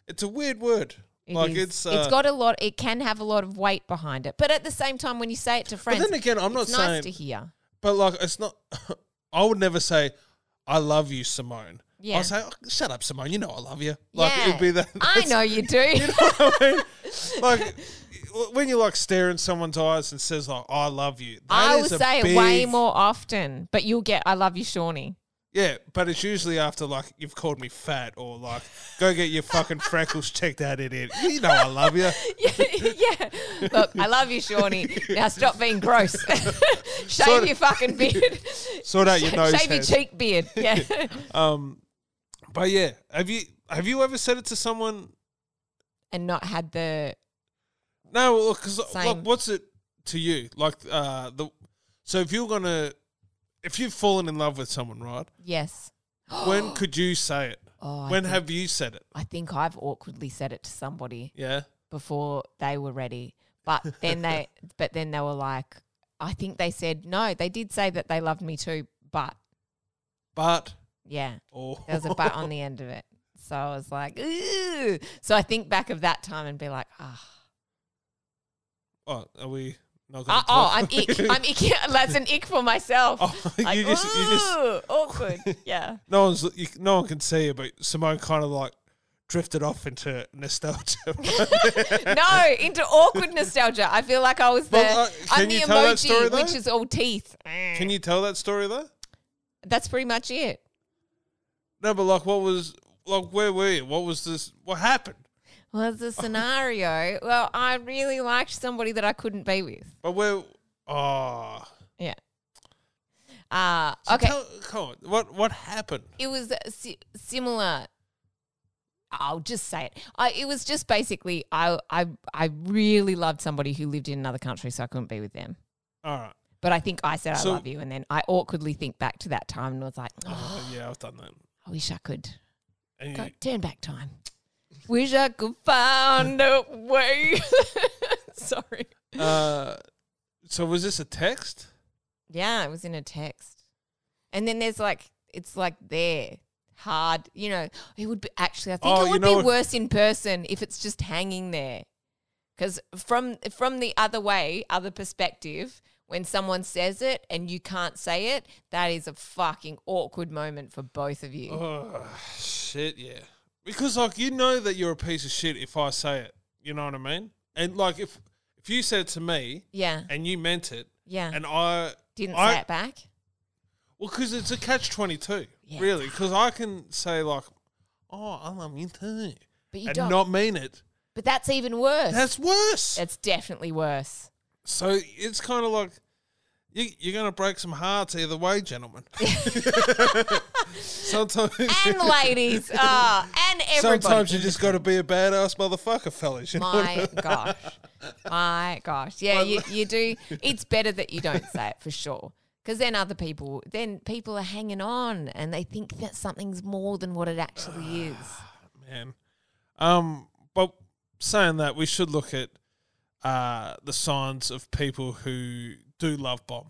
Speaker 2: it's a weird word.
Speaker 1: It
Speaker 2: Like,
Speaker 1: is.
Speaker 2: it's,
Speaker 1: it's
Speaker 2: uh,
Speaker 1: got a lot. It can have a lot of weight behind it, but at the same time, when you say it to
Speaker 2: But
Speaker 1: friends,
Speaker 2: then again, I'm not
Speaker 1: it's nice
Speaker 2: saying
Speaker 1: to hear.
Speaker 2: But like, it's not. *laughs* I would never say, "I love you, Simone."
Speaker 1: Yeah.
Speaker 2: I'll say, oh, "Shut up, Simone. You know I love you." Like
Speaker 1: yeah,
Speaker 2: it'd be *laughs* that.
Speaker 1: I
Speaker 2: that's-
Speaker 1: know you do.
Speaker 2: I mean, like *laughs* when you like stare in someone's eyes and says like, "I love you," that
Speaker 1: I will
Speaker 2: is a
Speaker 1: say it way
Speaker 2: big-
Speaker 1: more often, but you'll get "I love you, Shawnee." *laughs*
Speaker 2: Yeah, but it's usually after like you've called me fat or like, "Go get your
Speaker 1: *laughs*
Speaker 2: fucking freckles checked out, idiot." You know I love you.
Speaker 1: yeah, yeah. Look, I love you, Shawnee. Now stop being gross. *laughs* Shave
Speaker 2: Sorta-
Speaker 1: your fucking
Speaker 2: *laughs*
Speaker 1: beard.
Speaker 2: Sort out your nose.
Speaker 1: Shave your
Speaker 2: hairs.
Speaker 1: cheek beard. Yeah. *laughs*
Speaker 2: Um, but yeah, have you have you ever said it to someone
Speaker 1: and not had the
Speaker 2: No, well, because like,
Speaker 1: Same.
Speaker 2: what's it to you? Like, uh, the so if you're gonna, if you've fallen in love with
Speaker 1: *gasps*
Speaker 2: someone, right?
Speaker 1: yes.
Speaker 2: when could you say it?
Speaker 1: Oh,
Speaker 2: when
Speaker 1: I, think,
Speaker 2: have you said it?
Speaker 1: I think I've awkwardly said it to somebody
Speaker 2: Yeah,
Speaker 1: before they were ready,
Speaker 2: *laughs*
Speaker 1: but then they, but then they were like, I think they said no. They did say that they loved me too, but
Speaker 2: but
Speaker 1: yeah,
Speaker 2: or
Speaker 1: there was a but on the end of it. So I was like, ooh. So I think back of that time and be like, ah.
Speaker 2: *laughs* oh, are we not
Speaker 1: Uh,
Speaker 2: gonna?
Speaker 1: oh,
Speaker 2: talk? *laughs*
Speaker 1: I'm ick. I'm ick. *laughs* That's an ick for myself.
Speaker 2: Oh, *laughs*
Speaker 1: like,
Speaker 2: you just, you just,
Speaker 1: ooh,
Speaker 2: *laughs*
Speaker 1: awkward. Yeah.
Speaker 2: no one's, you, no one can see you, but Simone kind of like drifted off into nostalgia. *laughs*
Speaker 1: No, into awkward nostalgia. I feel like I was the.
Speaker 2: Well, uh,
Speaker 1: I'm
Speaker 2: can
Speaker 1: the
Speaker 2: you
Speaker 1: emoji,
Speaker 2: tell that story, though?
Speaker 1: which is all teeth.
Speaker 2: can you tell that story though?
Speaker 1: That's pretty much it.
Speaker 2: No, but like, what was like? Where were you? What was this? What happened?
Speaker 1: Was the scenario? Well, I really liked somebody that I couldn't be with.
Speaker 2: But where? Oh.
Speaker 1: Yeah. Uh,
Speaker 2: So
Speaker 1: okay.
Speaker 2: tell- come on. What what happened?
Speaker 1: it was uh, si- similar. I'll just say it. I, it was just basically I, I I really loved somebody who lived in another country, so I couldn't be with them.
Speaker 2: All right.
Speaker 1: But I think I said I
Speaker 2: So-
Speaker 1: love you, and then I awkwardly think back to that time and was like, oh,
Speaker 2: Oh, yeah, I've done that.
Speaker 1: I wish I could
Speaker 2: And
Speaker 1: go
Speaker 2: you,
Speaker 1: turn back time. Wish I could find a way. *laughs* Sorry.
Speaker 2: uh, so was this a text?
Speaker 1: Yeah, it was in a text. And then there's like it's like there. Hard, you know, it would be actually I think
Speaker 2: Oh,
Speaker 1: it
Speaker 2: you
Speaker 1: would
Speaker 2: know
Speaker 1: be
Speaker 2: what-
Speaker 1: worse in person if it's just hanging there. Cuz from from the other way, other perspective, when someone says it and you can't say it, that is a fucking awkward moment for both of you.
Speaker 2: Oh shit, yeah. Because like you know that you're a piece of shit if I say it. You know what I mean? And like if if you said it to me
Speaker 1: Yeah.
Speaker 2: and you meant it,
Speaker 1: Yeah.
Speaker 2: and I
Speaker 1: Didn't
Speaker 2: I,
Speaker 1: say it back.
Speaker 2: Well, because it's a catch twenty two,
Speaker 1: Yeah,
Speaker 2: really. Because I can say like, "Oh, I love you too,"
Speaker 1: But you
Speaker 2: and
Speaker 1: don't.
Speaker 2: not mean it.
Speaker 1: but that's even worse.
Speaker 2: That's worse.
Speaker 1: that's definitely
Speaker 2: *laughs*
Speaker 1: worse.
Speaker 2: So it's kind of like you, you're going to break some hearts either way,
Speaker 1: *laughs*
Speaker 2: gentlemen. sometimes,
Speaker 1: And ladies, ah, and everybody.
Speaker 2: sometimes you
Speaker 1: in
Speaker 2: just got to be a badass motherfucker, fellas. You know what I *laughs*
Speaker 1: My gosh. My gosh. Yeah, you, you do. It's better that you don't say it for sure. Because then other people, then people are hanging on and they think that something's more than what it actually is.
Speaker 2: mean? man. Um, but saying that, we should look at uh, the signs of people who do love bomb,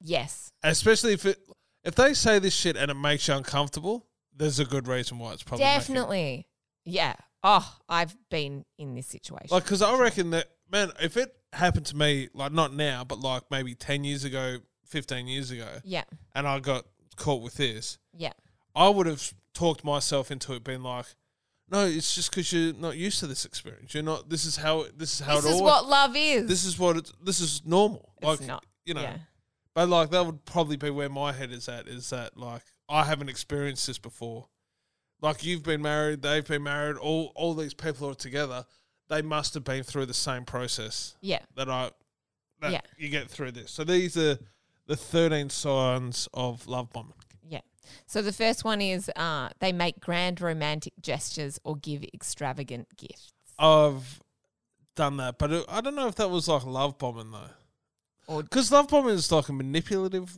Speaker 1: Yes.
Speaker 2: especially if it if they say this shit and it makes you uncomfortable. There's a good reason why it's probably making-
Speaker 1: Definitely. Yeah. Oh, I've been in this situation.
Speaker 2: Like, because I reckon that, man, if it happened to me, like, not now, but like maybe 10 years ago, 15 years ago,
Speaker 1: yeah.
Speaker 2: and I got caught with this,
Speaker 1: Yeah.
Speaker 2: I would have talked myself into it being like, no, it's just because you're not used to this experience. You're not, this is how, this is how
Speaker 1: This
Speaker 2: it
Speaker 1: is
Speaker 2: all,
Speaker 1: what love is.
Speaker 2: this is what it's, this is normal.
Speaker 1: It's
Speaker 2: like,
Speaker 1: not.
Speaker 2: you know,
Speaker 1: yeah.
Speaker 2: but like, that would probably be where my head is at is that, like, I haven't experienced this before. Like, you've been married, they've been married, all, all these people are together. They must have been through the same process
Speaker 1: Yeah.
Speaker 2: that I that
Speaker 1: Yeah.
Speaker 2: you get through this. So these are the thirteen signs of love bombing.
Speaker 1: Yeah. So the first one is uh, they make grand romantic gestures or give extravagant gifts.
Speaker 2: I've done that, but it, I don't know if that was like love bombing though,
Speaker 1: Or-
Speaker 2: because love bombing is like a manipulative.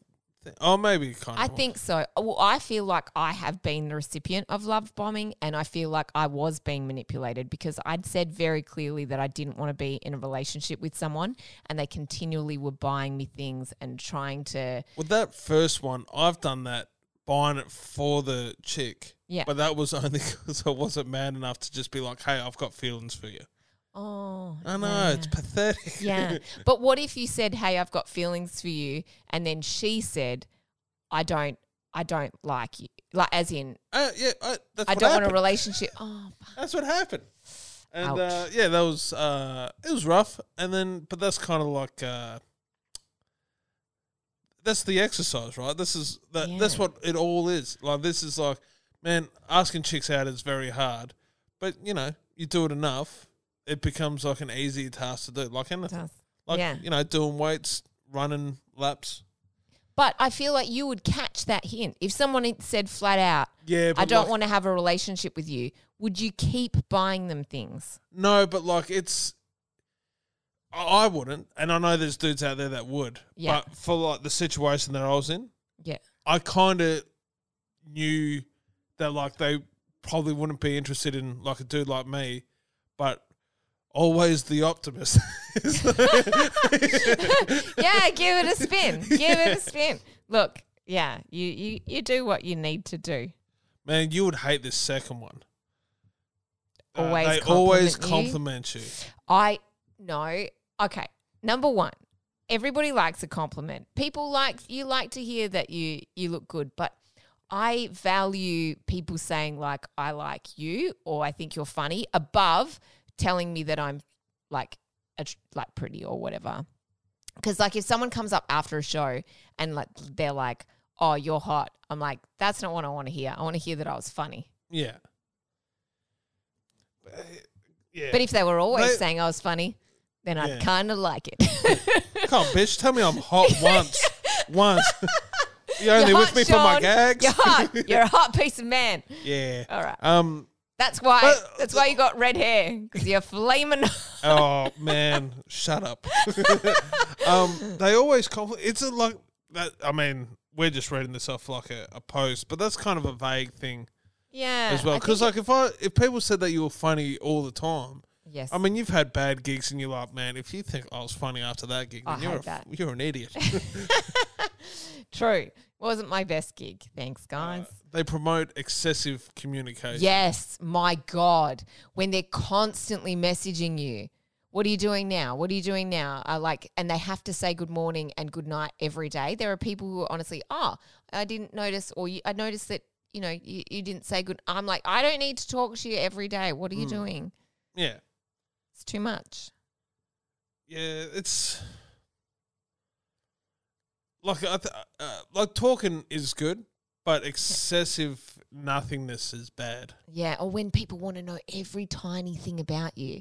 Speaker 2: thing. Oh, maybe kind
Speaker 1: I
Speaker 2: of.
Speaker 1: think so. Well, I feel like I have been the recipient of love bombing, and I feel like I was being manipulated because I'd said very clearly that I didn't want to be in a relationship with someone, and they continually were buying me things and trying to.
Speaker 2: With that first one, I've done that buying it for the chick.
Speaker 1: Yeah.
Speaker 2: But that was *laughs* only because I wasn't man enough to just be like, hey, I've got feelings for you.
Speaker 1: Oh,
Speaker 2: I know,
Speaker 1: yeah.
Speaker 2: it's pathetic.
Speaker 1: yeah. But what if you said, "Hey, I've got feelings for you," and then she said, "I don't, I don't like you," like as in,
Speaker 2: *laughs* Uh, yeah, I, that's
Speaker 1: "I
Speaker 2: what
Speaker 1: don't want
Speaker 2: happened.
Speaker 1: a relationship." Oh, fuck.
Speaker 2: That's what happened. And
Speaker 1: Ouch.
Speaker 2: uh, yeah, that was uh, it was rough. And then, but that's kind of like uh, that's the exercise, right? This is that. That's
Speaker 1: Yeah.
Speaker 2: what it all is. Like this is like, man, asking chicks out is very hard, but you know, you do it enough, it becomes like an easy task to do. Like anything,
Speaker 1: Does-
Speaker 2: like
Speaker 1: yeah.
Speaker 2: you know, doing weights, running laps.
Speaker 1: but I feel like you would catch that hint if someone had said flat out,
Speaker 2: Yeah,
Speaker 1: "I don't want to have a relationship with you." Would you keep buying them things?
Speaker 2: No, but like it's, I I wouldn't, and I know there's dudes out there that would.
Speaker 1: Yeah.
Speaker 2: But for like the situation that I was in,
Speaker 1: Yeah.
Speaker 2: I kind of knew that like they probably wouldn't be interested in like a dude like me, but always the optimist. *laughs*
Speaker 1: yeah, give it a spin. Give it a spin. Look, yeah, you, you you do what you need to do.
Speaker 2: Man, you would hate this second one. Uh,
Speaker 1: Always
Speaker 2: they always
Speaker 1: compliment you.
Speaker 2: compliment you.
Speaker 1: I no. Okay. Number one, everybody likes a compliment. People like you like to hear that you you look good, but I value people saying like I like you or I think you're funny above telling me that I'm like a, like pretty or whatever. Because like if someone comes up after a show and like they're like, "Oh, you're hot," I'm like, "That's not what I want to hear. I want to hear that I was funny."
Speaker 2: Yeah. But, uh, Yeah.
Speaker 1: But if they were always
Speaker 2: They-
Speaker 1: saying I was funny, then
Speaker 2: Yeah.
Speaker 1: I'd kind of like it. *laughs*
Speaker 2: Come on, bitch. Tell me I'm hot once. once. You're only with me for my
Speaker 1: Sean.
Speaker 2: gags.
Speaker 1: You're hot. You're a hot piece of man.
Speaker 2: yeah.
Speaker 1: *laughs* All right.
Speaker 2: Um.
Speaker 1: That's why.
Speaker 2: But-
Speaker 1: that's why you got red hair because you're flaming.
Speaker 2: Oh man, shut up. *laughs* um. They always compliment. It's a like that. I mean, we're just reading this off like a, a post, but that's kind of a vague thing
Speaker 1: *laughs* yeah.
Speaker 2: as well.
Speaker 1: I
Speaker 2: Because
Speaker 1: think
Speaker 2: like if I if people said that you were funny all the time.
Speaker 1: it- yes.
Speaker 2: I mean, you've had bad gigs, and you're like, man, if you think I was funny after that gig,
Speaker 1: I
Speaker 2: then you're a,
Speaker 1: hate that.
Speaker 2: you're
Speaker 1: *laughs*
Speaker 2: an idiot.
Speaker 1: true. Wasn't my best gig. Thanks, guys.
Speaker 2: they promote excessive communication.
Speaker 1: yes. My God. When they're constantly messaging you. What are you doing now? What are you doing now? I like, and they have to say good morning and good night every day. There are people who are honestly, oh, I didn't notice, or you, I noticed that you know you, you didn't say good. I'm like, I don't need to talk to you every day. What are you
Speaker 2: Hmm.
Speaker 1: doing?
Speaker 2: Yeah.
Speaker 1: It's too much.
Speaker 2: Yeah, it's like I th- uh, like talking is good, but excessive nothingness is bad.
Speaker 1: Yeah. Or when people want to know every tiny thing about you.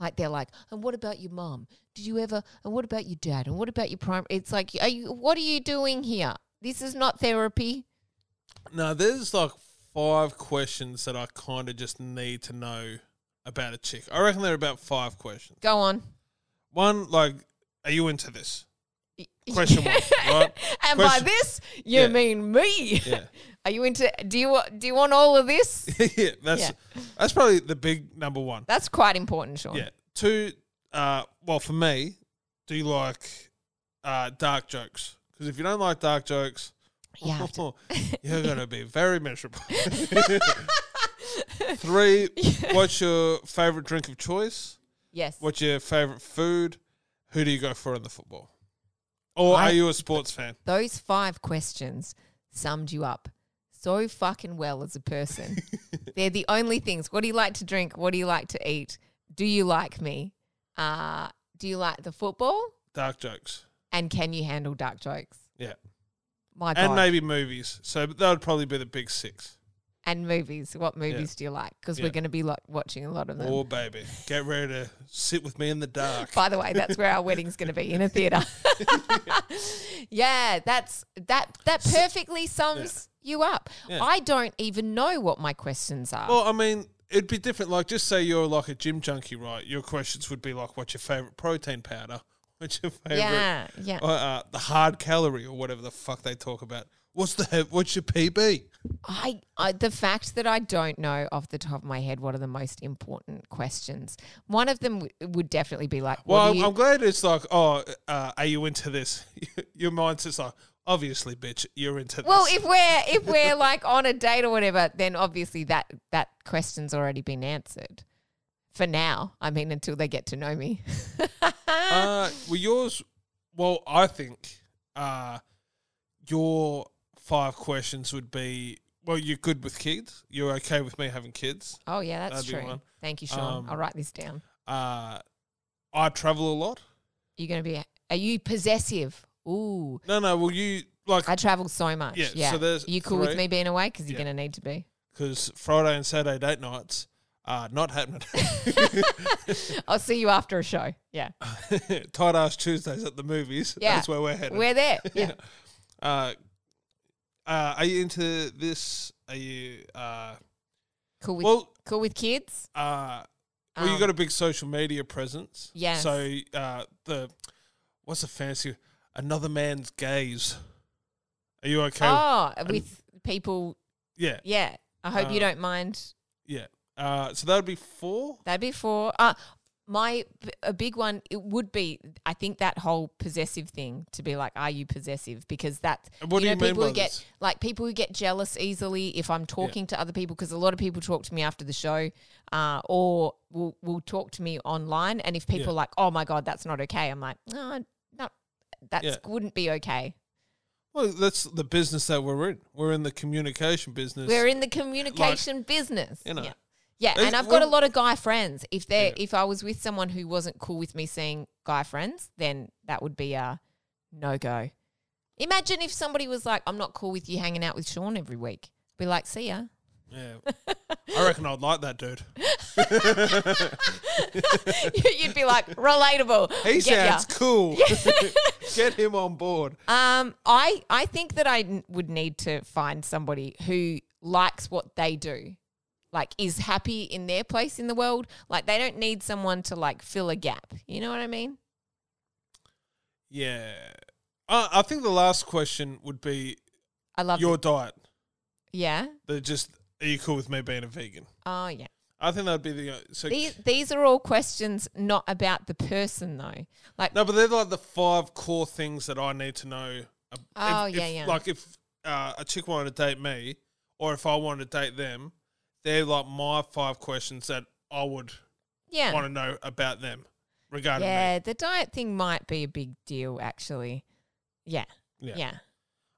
Speaker 1: Like they're like, and what about your mum? Did you ever, and what about your dad? And what about your prime? It's like, are you, what are you doing here? This is not therapy.
Speaker 2: Now, there's like five questions that I kind of just need to know about a chick. I reckon there are about five questions.
Speaker 1: Go on.
Speaker 2: One, like, are you into this?
Speaker 1: *laughs*
Speaker 2: Question one, right?
Speaker 1: and by
Speaker 2: Question-
Speaker 1: this, you
Speaker 2: Yeah.
Speaker 1: mean me.
Speaker 2: Yeah. *laughs*
Speaker 1: Are you into, do you, wa- do you want all of this?
Speaker 2: yeah, that's that's probably the big number one.
Speaker 1: That's quite important, Sean.
Speaker 2: Yeah. Two. Uh, well, for me, do you like uh, dark jokes? Because if you don't like dark jokes,
Speaker 1: You have
Speaker 2: *laughs* you're going to be very
Speaker 1: *laughs*
Speaker 2: miserable. Three. What's your favorite drink of choice?
Speaker 1: Yes.
Speaker 2: What's your favorite food? Who do you go for in the football? Or
Speaker 1: I-
Speaker 2: are you a sports fan?
Speaker 1: Those five questions summed you up so fucking well as a
Speaker 2: *laughs*
Speaker 1: person. They're the only things. What do you like to drink? What do you like to eat? Do you like me? Uh, do you like the football?
Speaker 2: Dark jokes.
Speaker 1: And can you handle dark jokes?
Speaker 2: Yeah.
Speaker 1: My God.
Speaker 2: And maybe movies. So that would probably be the big six.
Speaker 1: And movies. What movies do you like? Because
Speaker 2: Yeah.
Speaker 1: we're going to be lo- watching a lot of them.
Speaker 2: Oh, baby. Get ready to sit with me in the dark.
Speaker 1: By the way, that's where our wedding's going to be in a
Speaker 2: *laughs*
Speaker 1: theater. *laughs* yeah, that's that. That perfectly sums you up.
Speaker 2: Yeah.
Speaker 1: I don't even know what my questions are.
Speaker 2: Well, I mean, it'd be different. Like, just say you're like a gym junkie, right? Your questions would be like, "What's your favorite protein powder? *laughs* What's your favorite,
Speaker 1: yeah, yeah.
Speaker 2: or, uh, the hard calorie, or whatever the fuck they talk about? What's the he- what's your PB?
Speaker 1: I, I the fact that I don't know off the top of my head what are the most important questions. One of them w- would definitely be like, what
Speaker 2: Well,
Speaker 1: do
Speaker 2: I'm,
Speaker 1: you,
Speaker 2: I'm glad it's like, oh, uh, are you into this? *laughs* Your mind's just like, obviously, bitch, you're into this.
Speaker 1: Well, if we're if we're like on a date or whatever, then obviously that that question's already been answered. For now, I mean, until they get to know me.
Speaker 2: uh, well, yours. Well, I think uh, your five questions would be. Well, you're good with kids. You're okay with me having kids.
Speaker 1: oh yeah, that's
Speaker 2: That'd be
Speaker 1: true.
Speaker 2: one.
Speaker 1: Thank you, Sean.
Speaker 2: Um,
Speaker 1: I'll write this down.
Speaker 2: Uh, I travel a lot.
Speaker 1: You're gonna be. Are you possessive? Ooh,
Speaker 2: No, no. Well, you like
Speaker 1: I travel so much. Yeah.
Speaker 2: Yeah, so there's
Speaker 1: you cool with
Speaker 2: three.
Speaker 1: me being away? Because you're
Speaker 2: Yeah.
Speaker 1: gonna need to be.
Speaker 2: because Friday and Saturday date nights are not happening. *laughs*
Speaker 1: I'll see you after a show. Yeah.
Speaker 2: Tight ass Tuesdays at the movies.
Speaker 1: Yeah.
Speaker 2: That's where we're headed.
Speaker 1: We're
Speaker 2: *laughs*
Speaker 1: there. Yeah.
Speaker 2: Uh, uh, are you into this? Are you uh,
Speaker 1: Cool with
Speaker 2: well?
Speaker 1: cool with kids.
Speaker 2: Uh, well, you
Speaker 1: Um,
Speaker 2: got a big social media presence.
Speaker 1: Yes.
Speaker 2: So uh, the what's the fancy? Another man's gaze. Are you okay? with-
Speaker 1: Oh, with people.
Speaker 2: yeah,
Speaker 1: Yeah. I hope you
Speaker 2: Uh,
Speaker 1: don't mind.
Speaker 2: yeah. Uh, so that would be four.
Speaker 1: That'd be four. Uh, my b- a big one. It would be. I think that whole possessive thing to be like, are you possessive? Because that
Speaker 2: And what
Speaker 1: you
Speaker 2: do
Speaker 1: know,
Speaker 2: you mean
Speaker 1: people
Speaker 2: by
Speaker 1: who get
Speaker 2: this?
Speaker 1: like people who get jealous easily if I'm talking to other people because a lot of people talk to me after the show, uh, or will will talk to me online. And if people
Speaker 2: Yeah.
Speaker 1: are like, oh my god, that's not okay. I'm like, no, not that
Speaker 2: Yeah.
Speaker 1: wouldn't be okay.
Speaker 2: Well, that's the business that we're in. We're in the communication business.
Speaker 1: We're in the communication business.
Speaker 2: you know.
Speaker 1: Yeah. Yeah,
Speaker 2: It's-
Speaker 1: and I've got a
Speaker 2: well-
Speaker 1: lot of guy friends. If they are
Speaker 2: Yeah.
Speaker 1: if I was with someone who wasn't cool with me seeing guy friends, then that would be a no go. Imagine if somebody was like, "I'm not cool with you hanging out with Sean every week." Be like, "See
Speaker 2: *laughs*
Speaker 1: ya." *laughs*
Speaker 2: yeah. I reckon I'd like that dude.
Speaker 1: You'd be like, "Relatable."
Speaker 2: He
Speaker 1: Get ya.
Speaker 2: sounds
Speaker 1: *laughs*
Speaker 2: cool. *laughs* Get him on board.
Speaker 1: Um, I I think that I n- would need to find somebody who likes what they do, like is happy in their place in the world. Like they don't need someone to like fill a gap. You know what I mean?
Speaker 2: Yeah. I, I think the last question would be
Speaker 1: I love
Speaker 2: your
Speaker 1: it.
Speaker 2: diet.
Speaker 1: Yeah.
Speaker 2: They're just, are you cool with me being a vegan?
Speaker 1: Oh yeah.
Speaker 2: I think that'd be the. uh, So,
Speaker 1: These these are all questions not about the person though. Like
Speaker 2: no, but they're like the five core things that I need to know. ab- if-
Speaker 1: Oh,
Speaker 2: if,
Speaker 1: yeah, yeah.
Speaker 2: Like if uh, a chick wanted to date me or if I wanted to date them, they're like my five questions that I would want
Speaker 1: *laughs* yeah.
Speaker 2: to know about them regarding me.
Speaker 1: Yeah, the diet thing might be a big deal actually. Yeah.
Speaker 2: Yeah.
Speaker 1: Yeah.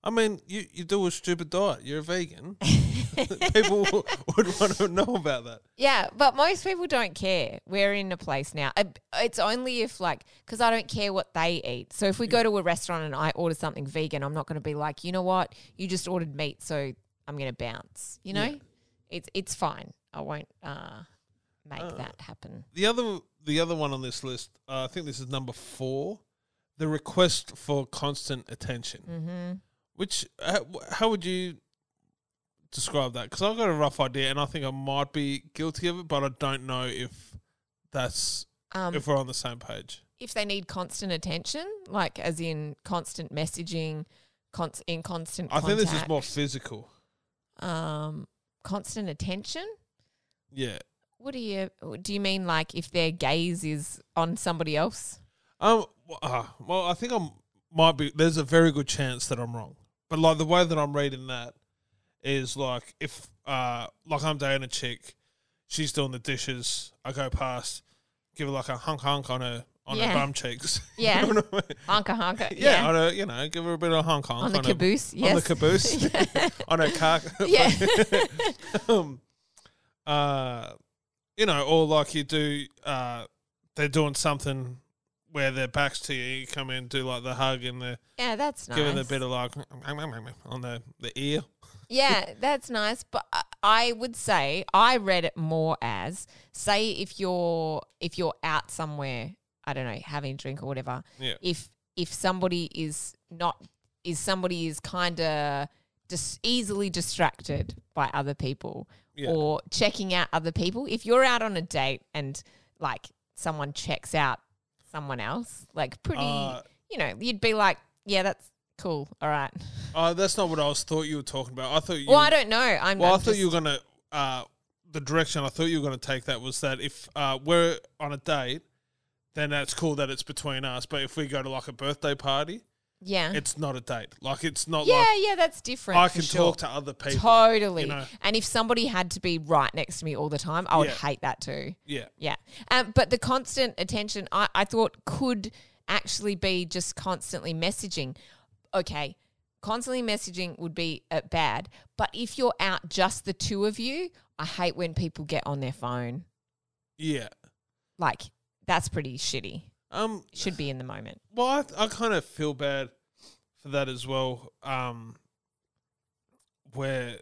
Speaker 2: I mean, you, you do a stupid diet. You're
Speaker 1: *laughs*
Speaker 2: a vegan. People *laughs* w- would want to know about that.
Speaker 1: Yeah, but most people don't care. We're in a place now. I- It's only if like because I don't care what they eat. So if we go to a restaurant and I order something vegan, I'm not going to be like, you know what, you just ordered meat, so I'm going to bounce. You know, it's it's fine. I won't uh, make that happen.
Speaker 2: The other the other one on this list, uh, I think this is number four, the request for constant attention.
Speaker 1: Mm-hmm.
Speaker 2: Which uh, wh- how would you describe that? Because I've got a rough idea, and I think I might be guilty of it, but I don't know if that's
Speaker 1: Um,
Speaker 2: if we're on the same page.
Speaker 1: if they need constant attention, like as in constant messaging, const- in constant.
Speaker 2: I think this is more
Speaker 1: contact,
Speaker 2: physical.
Speaker 1: um, constant attention.
Speaker 2: Yeah.
Speaker 1: What do you do? You mean like if their gaze is on somebody else?
Speaker 2: Um. w- Uh, well, I think I'm might be. There's a very good chance that I'm wrong. But like the way that I'm reading that is like if uh like I'm dating a chick, she's doing the dishes. I go past, give her like a hunk hunk on her on
Speaker 1: Yeah.
Speaker 2: her bum cheeks. *laughs*
Speaker 1: Yeah.
Speaker 2: you know what I mean?
Speaker 1: Honka honka.
Speaker 2: Yeah, on her, you know, give her a bit of a honk honk
Speaker 1: On the
Speaker 2: her-
Speaker 1: caboose.
Speaker 2: on the
Speaker 1: Yes. *laughs*
Speaker 2: caboose, on her car. *laughs*
Speaker 1: yeah.
Speaker 2: um, uh, you know, or like you do, uh, they're doing something where their backs to you. You come in, do like the hug, and they're
Speaker 1: yeah, that's nice.
Speaker 2: giving a bit of like on the the ear.
Speaker 1: yeah, that's nice. But I- I would say I read it more as say if you're if you're out somewhere, I don't know, having a drink or whatever.
Speaker 2: Yeah.
Speaker 1: If if somebody is not is somebody is kind of dis- easily distracted by other people
Speaker 2: Yeah.
Speaker 1: or checking out other people. If you're out on a date and like someone checks out someone else, like pretty,
Speaker 2: Uh,
Speaker 1: you know, you'd be like, yeah, that's cool. All right.
Speaker 2: Oh, that's not what I was thought you were talking about. I thought you.
Speaker 1: Well, I don't know. I'm.
Speaker 2: well,
Speaker 1: I'm
Speaker 2: I thought
Speaker 1: just-
Speaker 2: you were gonna. Uh, the direction I thought you were gonna take that was that if uh, we're on a date, then that's cool that it's between us. But if we go to like a birthday party,
Speaker 1: Yeah.
Speaker 2: It's not a date. Like it's not
Speaker 1: Mm. yeah,
Speaker 2: like
Speaker 1: yeah, that's different.
Speaker 2: I
Speaker 1: for
Speaker 2: can
Speaker 1: sure.
Speaker 2: talk to other people.
Speaker 1: Totally.
Speaker 2: you know.
Speaker 1: And if somebody had to be right next to me all the time, I would
Speaker 2: Yeah.
Speaker 1: hate that too.
Speaker 2: Yeah.
Speaker 1: Yeah. Um, but the constant attention, I, I thought could actually be just constantly messaging. Okay. Constantly messaging would be uh, bad. But if you're out just the two of you, I hate when people get on their phone.
Speaker 2: Yeah.
Speaker 1: Like, that's pretty shitty.
Speaker 2: Um
Speaker 1: Should be in the moment.
Speaker 2: well I, I kind of feel bad for that as well. Um where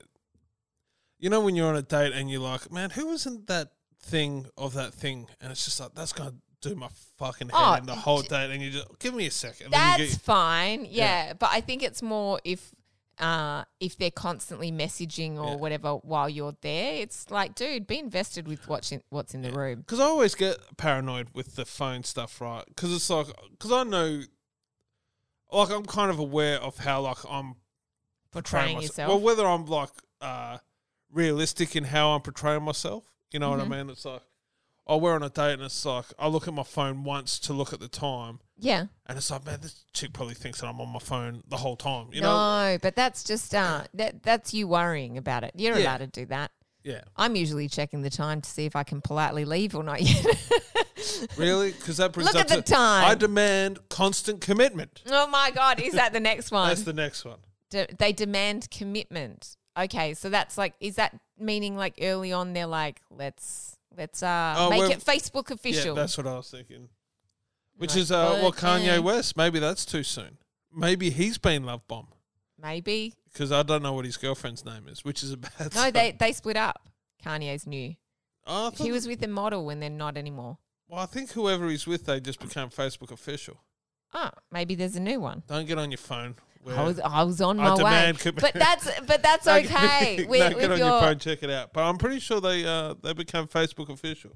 Speaker 2: you know when you're on a date and you're like, Man, who isn't that thing of that thing? And it's just like that's gonna do my fucking head
Speaker 1: Oh,
Speaker 2: in the whole date and you just give me a second. and then you
Speaker 1: That's
Speaker 2: get,
Speaker 1: fine.
Speaker 2: Yeah.
Speaker 1: Yeah. But I think it's more if. Uh, if they're constantly messaging or
Speaker 2: Yeah.
Speaker 1: whatever while you're there, it's like, dude, be invested with watching what's in the room.
Speaker 2: Because I always get paranoid with the phone stuff, right? Because it's like, because I know, like, I'm kind of aware of how, like, I'm
Speaker 1: Portraying
Speaker 2: myself.
Speaker 1: yourself.
Speaker 2: Well, whether I'm, like, uh, realistic in how I'm portraying myself, you know
Speaker 1: Mm-hmm.
Speaker 2: what I mean? It's like, oh, we're on a date and it's like, I look at my phone once to look at the time.
Speaker 1: Yeah.
Speaker 2: And it's like, man, this chick probably thinks that I'm on my phone the whole time, you know?
Speaker 1: no, but that's just uh, that that's you worrying about it. You're
Speaker 2: Yeah.
Speaker 1: allowed to do that.
Speaker 2: Yeah.
Speaker 1: I'm usually checking the time to see if I can politely leave or not yet. *laughs*
Speaker 2: Really? Because that brings
Speaker 1: Look
Speaker 2: up
Speaker 1: at the
Speaker 2: to-
Speaker 1: time.
Speaker 2: I demand constant commitment.
Speaker 1: oh my god, is that the next one?
Speaker 2: That's the next one.
Speaker 1: De- they demand commitment. Okay, so that's like is that meaning like early on they're like let's let's uh
Speaker 2: Oh,
Speaker 1: make
Speaker 2: we're-
Speaker 1: it Facebook official.
Speaker 2: Yeah, that's what I was thinking. Which
Speaker 1: Like,
Speaker 2: is uh, well,
Speaker 1: okay.
Speaker 2: Kanye West. Maybe that's too soon. Maybe he's been love bombed
Speaker 1: Maybe.
Speaker 2: because I don't know what his girlfriend's name is, which is a bad.
Speaker 1: No,
Speaker 2: *laughs* sign.
Speaker 1: they they split up. Kanye's new.
Speaker 2: Oh, I thought,
Speaker 1: He was with a model and they're not anymore.
Speaker 2: Well, I think whoever he's with, they just become Facebook official.
Speaker 1: Ah, maybe there's a new one.
Speaker 2: Don't get on your phone.
Speaker 1: I was I was on my
Speaker 2: I
Speaker 1: way,
Speaker 2: demand commi-
Speaker 1: but that's but
Speaker 2: *laughs*
Speaker 1: that's
Speaker 2: No,
Speaker 1: okay.
Speaker 2: no,
Speaker 1: with,
Speaker 2: get
Speaker 1: with your,
Speaker 2: on your, phone, check it out. But I'm pretty sure they uh they become Facebook official.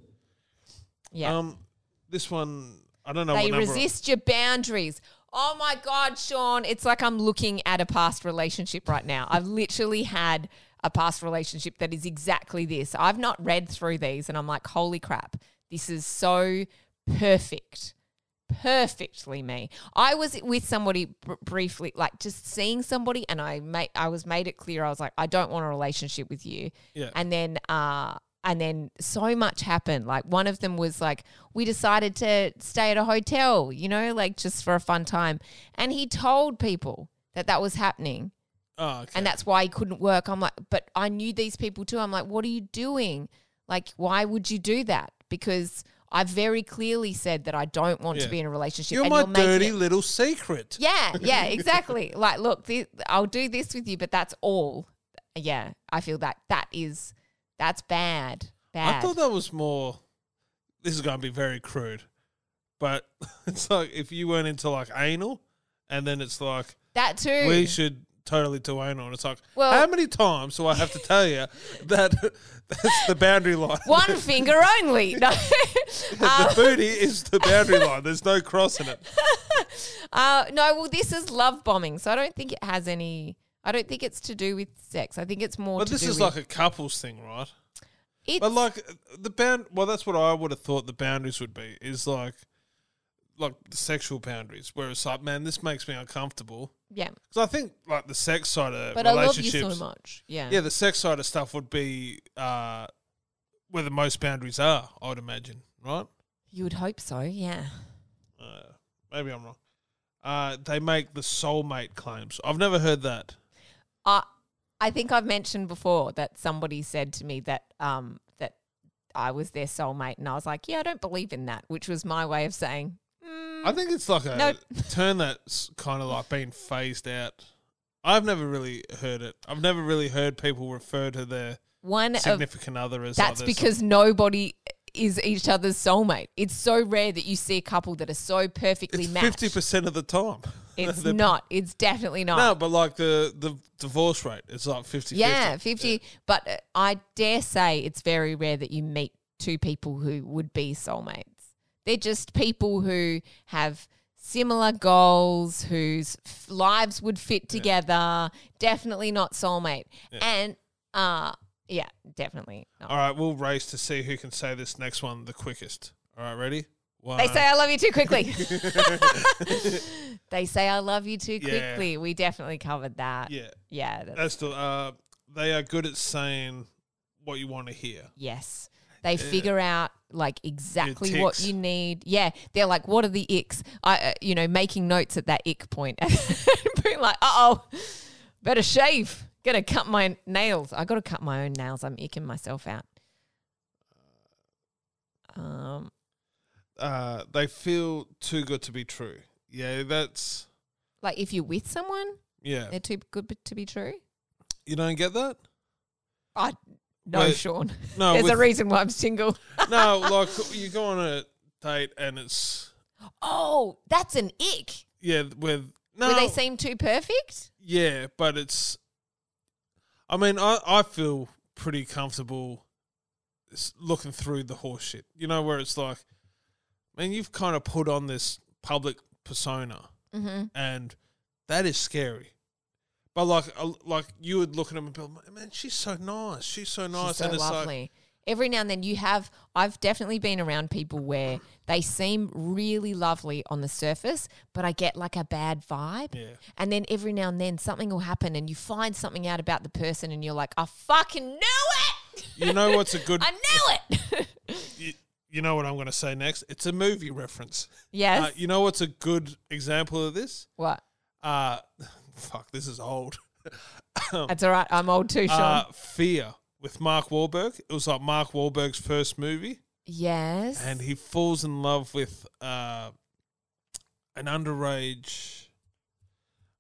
Speaker 1: yeah,
Speaker 2: Um, this one I don't know.
Speaker 1: they
Speaker 2: what number
Speaker 1: resist your boundaries. Oh my God, Sean! It's like I'm looking at a past relationship right now. I've literally had a past relationship that is exactly this. I've not read through these, and I'm like, holy crap, this is so perfect. perfectly me. I was with somebody br- briefly, like just seeing somebody, and I made I was made it clear I was like, I don't want a relationship with you.
Speaker 2: Yeah.
Speaker 1: And then, uh, and then so much happened. Like one of them was like, we decided to stay at a hotel, you know, like just for a fun time, and he told people that that was happening
Speaker 2: Oh, okay.
Speaker 1: and that's why he couldn't work. I'm like, but I knew these people too. I'm like, what are you doing? Like, why would you do that? Because I very clearly said that I don't want
Speaker 2: Yeah.
Speaker 1: to be in a relationship.
Speaker 2: you're
Speaker 1: and
Speaker 2: my
Speaker 1: you're making
Speaker 2: dirty
Speaker 1: it-
Speaker 2: little secret. *laughs*
Speaker 1: yeah, yeah, exactly. like, look, thi- I'll do this with you, but that's all. Yeah, I feel that that is that's bad. Bad.
Speaker 2: I thought that was more. This is going to be very crude, but *laughs* it's like if you weren't into like anal, and then it's like
Speaker 1: that too.
Speaker 2: we should totally do anal, and it's like
Speaker 1: Well-
Speaker 2: how many times do I have to tell you that *laughs* that's the boundary line?
Speaker 1: *laughs*
Speaker 2: *laughs*
Speaker 1: One finger only. *laughs* No.
Speaker 2: the booty is the boundary line. There's no crossing it.
Speaker 1: Uh, no, well, this is love bombing, so I don't think it has any. I don't think it's to do with sex. I think it's more.
Speaker 2: But
Speaker 1: to
Speaker 2: this
Speaker 1: do
Speaker 2: is
Speaker 1: with-
Speaker 2: like a couples thing, right?
Speaker 1: It's,
Speaker 2: But like the bound, well, that's what I would have thought the boundaries would be is like, like the sexual boundaries, where it's like, man, this makes me uncomfortable.
Speaker 1: yeah,
Speaker 2: Because I think like the sex side of
Speaker 1: but I love you
Speaker 2: relationships,
Speaker 1: so much. Yeah,
Speaker 2: yeah, the sex side of stuff would be uh, where the most boundaries are. I would imagine, right?
Speaker 1: you would hope so. Yeah,
Speaker 2: Uh, maybe I'm wrong. Uh, they make the soulmate claims. I've never heard that.
Speaker 1: I, I think I've mentioned before that somebody said to me that um that I was their soulmate, and I was like, yeah, I don't believe in that, which was my way of saying, mm,
Speaker 2: I think it's like a
Speaker 1: Nope. *laughs*
Speaker 2: term that's kind of like being phased out. I've never really heard it. I've never really heard people refer to their
Speaker 1: one of
Speaker 2: significant other as like
Speaker 1: That's
Speaker 2: their
Speaker 1: because nobody is each other's soulmate. It's so rare that you see a couple that are so perfectly
Speaker 2: soul-
Speaker 1: matched.
Speaker 2: it's fifty percent of the time. *laughs*
Speaker 1: It's
Speaker 2: They're-
Speaker 1: not. It's definitely not.
Speaker 2: No, but like the the divorce rate is like 50
Speaker 1: yeah, 50. But uh, I dare say it's very rare that you meet two people who would be soulmates. They're just people who have similar goals, whose f- lives would fit together. Definitely not soulmate. And, uh, yeah, definitely not.
Speaker 2: All right, we'll race to see who can say this next one the quickest. All right, ready? One. *laughs*
Speaker 1: They say I love you too quickly. *laughs* They say I love you too
Speaker 2: Yeah.
Speaker 1: quickly. We definitely covered that.
Speaker 2: Yeah,
Speaker 1: Yeah, that's,
Speaker 2: that's the. Uh, they are good at saying what you want to hear.
Speaker 1: yes. They figure out like exactly what
Speaker 2: ticks.
Speaker 1: you need. Yeah, they're like, what are the icks? I, uh, you know, making notes at that ick point, *laughs* being like, uh oh, better shave. Gotta cut my nails. I gotta cut my own nails. I'm icking myself out. Um,
Speaker 2: Uh, they feel too good to be true. Yeah, that's
Speaker 1: like if you're with someone,
Speaker 2: yeah.
Speaker 1: they're too good to be true.
Speaker 2: You don't get that?
Speaker 1: I no,
Speaker 2: Wait,
Speaker 1: Sean.
Speaker 2: No,
Speaker 1: There's a
Speaker 2: with-
Speaker 1: reason why I'm single.
Speaker 2: no. Like you go on a date and it's
Speaker 1: Oh, that's an ick.
Speaker 2: yeah with no.
Speaker 1: Where they seem too perfect?
Speaker 2: Yeah, but it's. I mean, I, I feel pretty comfortable s- looking through the horse shit. You know, where it's like, I mean, you've kind of put on this public persona,
Speaker 1: Mm-hmm.
Speaker 2: and that is scary. But like, uh, like you would look at him and be like, man, she's so nice. She's so nice.
Speaker 1: She's so
Speaker 2: and it's like,
Speaker 1: lovely. Every now and then you have, I've definitely been around people where they seem really lovely on the surface, but I get like a bad vibe.
Speaker 2: Yeah.
Speaker 1: And then every now and then something will happen and you find something out about the person and you're like, I fucking knew it.
Speaker 2: you know what's
Speaker 1: *laughs*
Speaker 2: a good,
Speaker 1: I knew it. *laughs*
Speaker 2: you, you know what I'm going to say next? It's a movie reference.
Speaker 1: yes.
Speaker 2: Uh, you know what's a good example of this?
Speaker 1: what?
Speaker 2: Uh, *laughs* fuck, this is old.
Speaker 1: That's all right. I'm old too, Sean.
Speaker 2: Uh, Fear with Mark Wahlberg. It was like Mark Wahlberg's first movie,
Speaker 1: yes.
Speaker 2: and he falls in love with uh, an underage.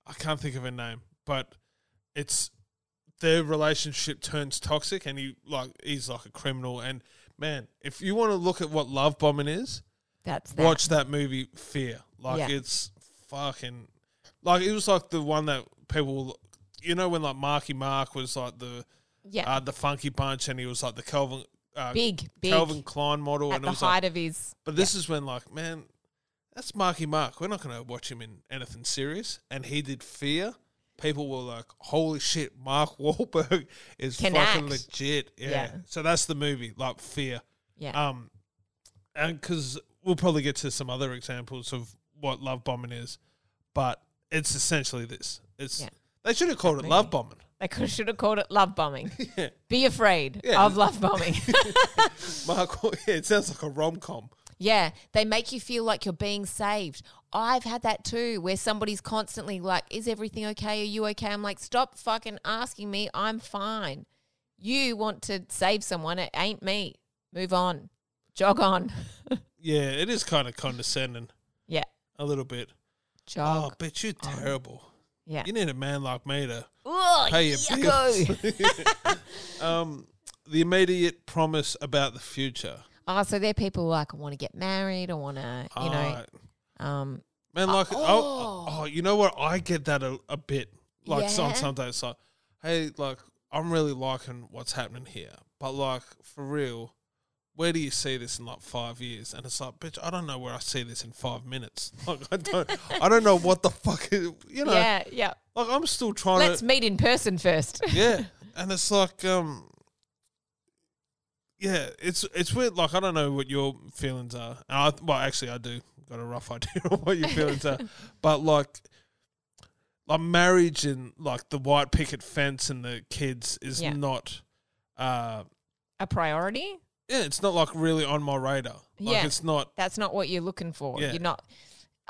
Speaker 2: I can't think of her name, but it's their relationship turns toxic, and he like he's like a criminal. And man, if you want to look at what love bombing is,
Speaker 1: That's that.
Speaker 2: watch that movie Fear. Like
Speaker 1: Yeah.
Speaker 2: it's fucking like it was like the one that people. You know when like Marky Mark was like the
Speaker 1: yeah.
Speaker 2: uh, the Funky Bunch, and he was like the Calvin uh,
Speaker 1: big, big.
Speaker 2: Calvin Klein model,
Speaker 1: at
Speaker 2: and it
Speaker 1: the
Speaker 2: was
Speaker 1: height
Speaker 2: like,
Speaker 1: of his.
Speaker 2: but this is when like, man, that's Marky Mark. We're not going to watch him in anything serious, and he did Fear. People were like, "Holy shit, Mark *laughs* Wahlberg is
Speaker 1: Can
Speaker 2: fucking
Speaker 1: act.
Speaker 2: legit." Yeah.
Speaker 1: Yeah.
Speaker 2: So that's the movie, like Fear.
Speaker 1: Yeah.
Speaker 2: Um, and because we'll probably get to some other examples of what love bombing is, but it's essentially this. It's
Speaker 1: Yeah.
Speaker 2: they should have called it love bombing. *laughs*
Speaker 1: They could, should have called it love bombing.
Speaker 2: Yeah.
Speaker 1: Be afraid
Speaker 2: Yeah.
Speaker 1: of love
Speaker 2: *laughs*
Speaker 1: bombing.
Speaker 2: Mark, *laughs* yeah, it sounds like a rom com.
Speaker 1: yeah, they make you feel like you're being saved. I've had that too, where somebody's constantly like, "Is everything okay? Are you okay?" I'm like, "Stop fucking asking me. I'm fine. You want to save someone? It ain't me. Move on. Jog on. *laughs*
Speaker 2: Yeah, it is kind of condescending
Speaker 1: yeah,
Speaker 2: a little bit.
Speaker 1: jog.
Speaker 2: Oh, but you're terrible.
Speaker 1: yeah.
Speaker 2: You need a man like me to
Speaker 1: Ugh,
Speaker 2: pay your
Speaker 1: yucko.
Speaker 2: bills. um, the immediate promise about the future.
Speaker 1: *laughs* Oh, so they're people who, like want to get married or want to, you know,
Speaker 2: Uh,
Speaker 1: um,
Speaker 2: man, like, oh,
Speaker 1: oh.
Speaker 2: oh, you know what? I get that a, a bit. Like, some,
Speaker 1: Yeah.
Speaker 2: sometimes, it's like, hey, like, I'm really liking what's happening here, but like, for real. Where do you see this in like five years? And it's like, bitch, I don't know where I see this in five minutes. *laughs* Like, I don't, I don't know what the fuck. Is, you know,
Speaker 1: yeah, yeah.
Speaker 2: like I'm still trying to.
Speaker 1: Let's meet in person first. *laughs*
Speaker 2: yeah, and it's like, um, yeah, it's it's weird. Like I don't know what your feelings are. And I, well, actually, I do got a rough *laughs* idea of what your
Speaker 1: *laughs*
Speaker 2: feelings are, but like, like marriage and like the white picket fence and the kids is
Speaker 1: Yeah.
Speaker 2: not, uh,
Speaker 1: a priority.
Speaker 2: yeah, it's not like really on my radar. Like
Speaker 1: Yeah.
Speaker 2: it's not.
Speaker 1: That's not what you're looking for.
Speaker 2: Yeah.
Speaker 1: You're not.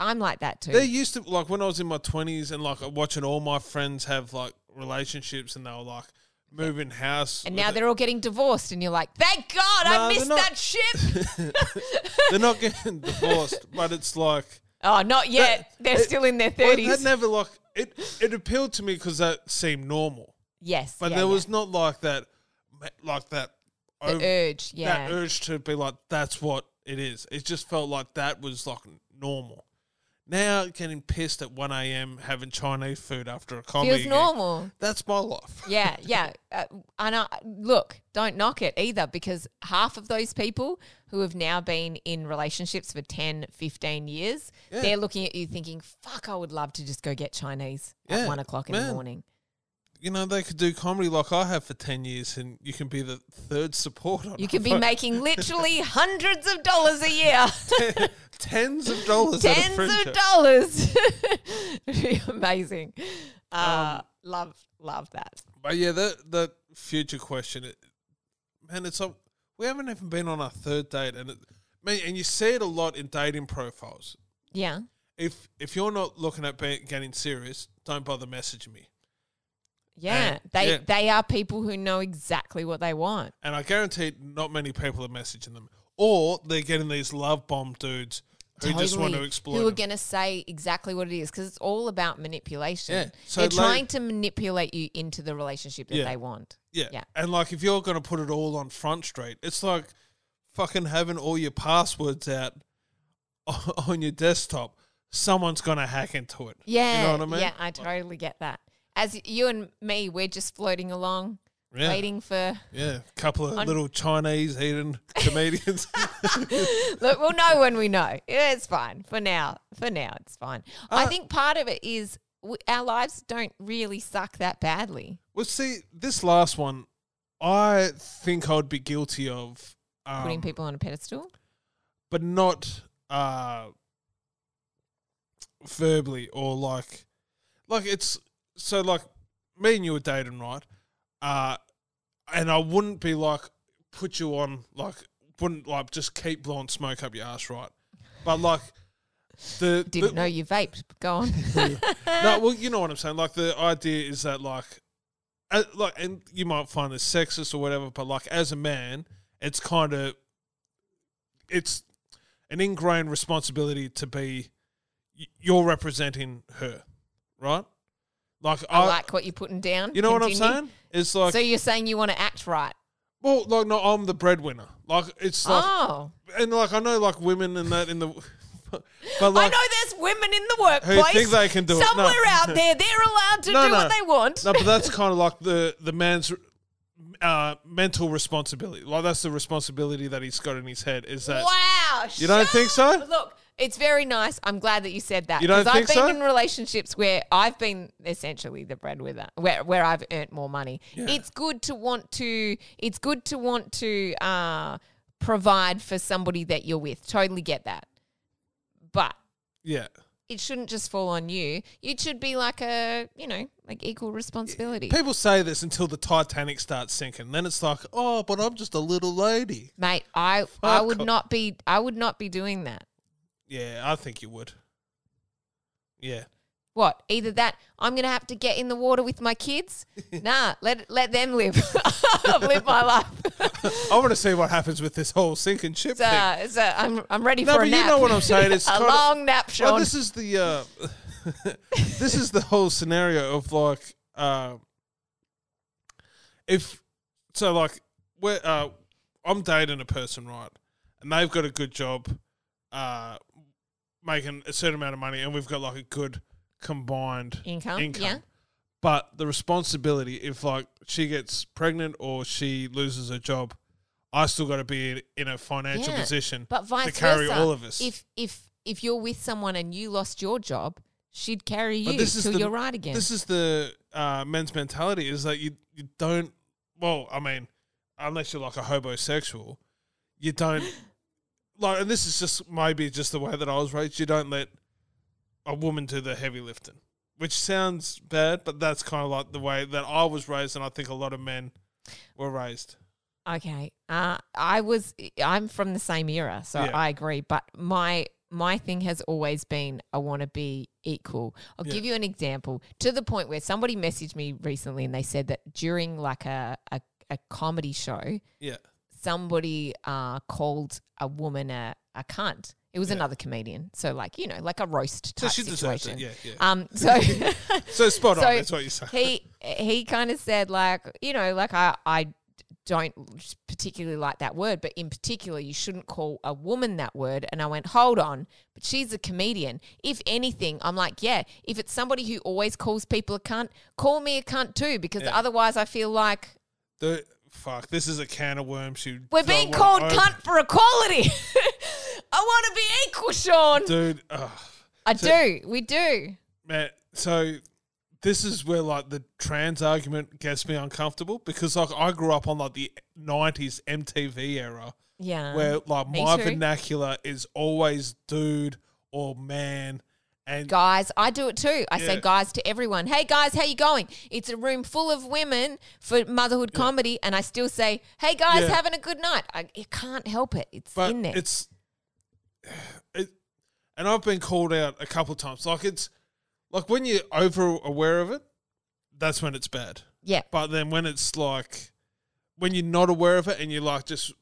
Speaker 1: I'm like that too.
Speaker 2: They used to like when I was in my twenties and like watching all my friends have like relationships and they were like moving house
Speaker 1: and
Speaker 2: with
Speaker 1: now
Speaker 2: it.
Speaker 1: they're all getting divorced, and you're like, "Thank God,
Speaker 2: No,
Speaker 1: I
Speaker 2: they're
Speaker 1: missed
Speaker 2: not.
Speaker 1: that ship."
Speaker 2: they're not getting divorced, but it's like
Speaker 1: oh, not yet.
Speaker 2: That-
Speaker 1: they're
Speaker 2: it-
Speaker 1: still in their
Speaker 2: *laughs*
Speaker 1: *laughs*
Speaker 2: well,
Speaker 1: thirties.
Speaker 2: that never like it. It appealed to me because that seemed normal,
Speaker 1: yes,
Speaker 2: but
Speaker 1: yeah,
Speaker 2: there
Speaker 1: yeah.
Speaker 2: was not like that, ma- like that,
Speaker 1: the
Speaker 2: ov-
Speaker 1: urge. Yeah,
Speaker 2: that urge to be like that's what it is. It just felt like that was like normal. Now getting pissed at one a.m. having Chinese food after a comedy
Speaker 1: feels
Speaker 2: gig,
Speaker 1: normal.
Speaker 2: That's my life.
Speaker 1: Yeah, yeah. Uh, and I, look, don't knock it either because half of those people who have now been in relationships for 10, 15 years,
Speaker 2: Yeah.
Speaker 1: they're looking at you thinking, fuck, I would love to just go get Chinese at
Speaker 2: Yeah,
Speaker 1: one o'clock in the
Speaker 2: man.
Speaker 1: morning.
Speaker 2: you know, they could do comedy like I have for 10 years and you can be the third supporter.
Speaker 1: You
Speaker 2: *laughs*
Speaker 1: could be making literally hundreds of dollars a year.
Speaker 2: tens of dollars. at a
Speaker 1: Tens
Speaker 2: fringe
Speaker 1: of
Speaker 2: show.
Speaker 1: dollars. It'd be *laughs* amazing.
Speaker 2: Um,
Speaker 1: Uh, love, love that.
Speaker 2: But yeah, that that future question, it, man, it's up. We haven't even been on our third date, and it, man, and you see it a lot in dating profiles.
Speaker 1: Yeah.
Speaker 2: If if you're not looking at being, getting serious, don't bother messaging me.
Speaker 1: Yeah.
Speaker 2: Uh,
Speaker 1: they
Speaker 2: yeah.
Speaker 1: they are people who know exactly what they want.
Speaker 2: And I guarantee not many people are messaging them, or they're getting these love bomb dudes who just want to
Speaker 1: Totally.
Speaker 2: explore.
Speaker 1: Who are going to say exactly what it is because it's all about manipulation.
Speaker 2: Yeah. So,
Speaker 1: They're
Speaker 2: like-
Speaker 1: trying to manipulate you into the relationship that
Speaker 2: Yeah.
Speaker 1: they want.
Speaker 2: yeah.
Speaker 1: yeah.
Speaker 2: and like if you're going to put it all on Front Street, it's like fucking having all your passwords out *laughs* on on your desktop. Someone's going to hack into it.
Speaker 1: Yeah.
Speaker 2: you know what I mean.
Speaker 1: Yeah, I totally get that. As you and me, we're just floating along,
Speaker 2: Yeah.
Speaker 1: waiting for.
Speaker 2: Yeah, a couple of little Chinese eating *laughs*
Speaker 1: *laughs*
Speaker 2: comedians.
Speaker 1: Look, we'll know when we know. Yeah, It's fine for now. For now, it's fine. I
Speaker 2: Uh,
Speaker 1: think part of it is w- our lives don't really suck that badly.
Speaker 2: well, see, this last one, I think I'd be guilty of, um,
Speaker 1: Putting people on a pedestal.
Speaker 2: but not uh, verbally or like, like it's so like me and you were dating, right? Uh, and I wouldn't be like put you on like wouldn't like just keep blowing smoke up your ass, right? But like the
Speaker 1: Didn't
Speaker 2: the,
Speaker 1: know you vaped. but Go
Speaker 2: *laughs*
Speaker 1: on.
Speaker 2: no, well, you know what I'm saying. Like the idea is that like, uh, like, and you might find this sexist or whatever, but like as a man, it's kind of, it's an ingrained responsibility to be, y- you're representing her, right? Like I,
Speaker 1: I like what you're putting down.
Speaker 2: you know what
Speaker 1: Continue.
Speaker 2: I'm saying? It's like,
Speaker 1: so you're saying you want to act right?
Speaker 2: well, like no, I'm the breadwinner. Like it's like,
Speaker 1: oh,
Speaker 2: and like I know like women and that in the, *laughs* but
Speaker 1: I
Speaker 2: like.
Speaker 1: know there's women in the workplace
Speaker 2: think they can do it. No.
Speaker 1: somewhere out there. They're allowed to
Speaker 2: *laughs* No,
Speaker 1: do
Speaker 2: no.
Speaker 1: what they want.
Speaker 2: No,
Speaker 1: *laughs*
Speaker 2: but that's kind of like the the man's uh, mental responsibility. Like that's the responsibility that he's got in his head. Is that
Speaker 1: Wow,
Speaker 2: you don't
Speaker 1: shut
Speaker 2: think so?
Speaker 1: Look, it's very nice. I'm glad that you said that.
Speaker 2: You don't
Speaker 1: 'cause I've
Speaker 2: think so?
Speaker 1: been in relationships where I've been essentially the breadwinner, where, where I've earned more money. It's good to want to. It's good to want to uh, provide for somebody that you're with. Totally get that, but
Speaker 2: Yeah,
Speaker 1: it shouldn't just fall on you. It should be like a you know like equal responsibility.
Speaker 2: people say this until the Titanic starts sinking. Then it's like, oh, but I'm just a little lady.
Speaker 1: Mate, I I
Speaker 2: Fuck
Speaker 1: would
Speaker 2: off.
Speaker 1: not be I would not be doing that.
Speaker 2: Yeah, I think you would. Yeah,
Speaker 1: What? Either that, I'm gonna have to get in the water with my
Speaker 2: *laughs*
Speaker 1: kids. nah, let let them live. *laughs* I've lived my life.
Speaker 2: I want to see what happens with this whole sinking ship
Speaker 1: so,
Speaker 2: thing.
Speaker 1: so I'm I'm ready
Speaker 2: No,
Speaker 1: for a
Speaker 2: but you
Speaker 1: nap.
Speaker 2: know what I'm saying.
Speaker 1: *laughs*
Speaker 2: It's
Speaker 1: a
Speaker 2: kinda-
Speaker 1: long nap, Sean.
Speaker 2: Well, this is the uh, *laughs* this is the whole scenario of like uh, if so like we're, uh, I'm dating a person right, and they've got a good job, uh, making a certain amount of money, and we've got like a good combined
Speaker 1: Income, yeah.
Speaker 2: But the responsibility, if like she gets pregnant or she loses her job, I still got to be in, in a financial
Speaker 1: Yeah,
Speaker 2: position
Speaker 1: but vice
Speaker 2: to carry
Speaker 1: versa,
Speaker 2: all of us.
Speaker 1: If if if you're with someone and you lost your job, she'd carry you
Speaker 2: But
Speaker 1: till you're right again.
Speaker 2: This is the uh, men's mentality is that you you don't. Well, I mean, unless you're like a hobosexual, you
Speaker 1: *laughs*
Speaker 2: don't like. And this is just maybe just the way that I was raised. You don't let a woman do the heavy lifting, which sounds bad, but that's kind of like the way that I was raised, and I think a lot of men were raised.
Speaker 1: Okay. Uh, I was I'm from the same era, so
Speaker 2: Yeah.
Speaker 1: I agree. But my my thing has always been I want to be equal. I'll give you an example to the point where somebody messaged me recently and they said that during like a a, a comedy show,
Speaker 2: Yeah,
Speaker 1: somebody uh, called a woman a, a cunt. It was another comedian, so like you know, like a roast
Speaker 2: so
Speaker 1: type
Speaker 2: she deserves
Speaker 1: situation.
Speaker 2: it. Yeah, yeah.
Speaker 1: Um.
Speaker 2: *laughs*
Speaker 1: So. *laughs*
Speaker 2: so spot
Speaker 1: so
Speaker 2: on. That's what you say.
Speaker 1: he he kind of said like you know like I I don't particularly like that word, but in particular you shouldn't call a woman that word. And I went, hold on, but she's a comedian. If anything, I'm like, yeah. If it's somebody who always calls people a cunt, call me a cunt too, because otherwise I feel like
Speaker 2: The, fuck, this is a can of worms. You
Speaker 1: we're
Speaker 2: don't
Speaker 1: being
Speaker 2: wanna
Speaker 1: called
Speaker 2: open.
Speaker 1: cunt for equality. *laughs* I want to be equal, Sean.
Speaker 2: dude. ugh.
Speaker 1: I do. We do.
Speaker 2: Man, so this is where like the trans argument gets me uncomfortable because like I grew up on like the '90s MTV era
Speaker 1: Yeah.
Speaker 2: where like
Speaker 1: Uh-huh. me
Speaker 2: my
Speaker 1: too.
Speaker 2: vernacular is always dude or man and
Speaker 1: guys, I do it too. I say
Speaker 2: Yeah.
Speaker 1: guys to everyone. Hey guys, how you going? It's a room full of women for motherhood comedy and I still say, "Hey guys,
Speaker 2: Yeah.
Speaker 1: having a good night." I you can't help it. It's
Speaker 2: but
Speaker 1: in there.
Speaker 2: it's *sighs* it, and I've been called out a couple times like it's like when you're over aware of it that's when it's bad
Speaker 1: yeah.
Speaker 2: but then when it's like when you're not aware of it and you're like just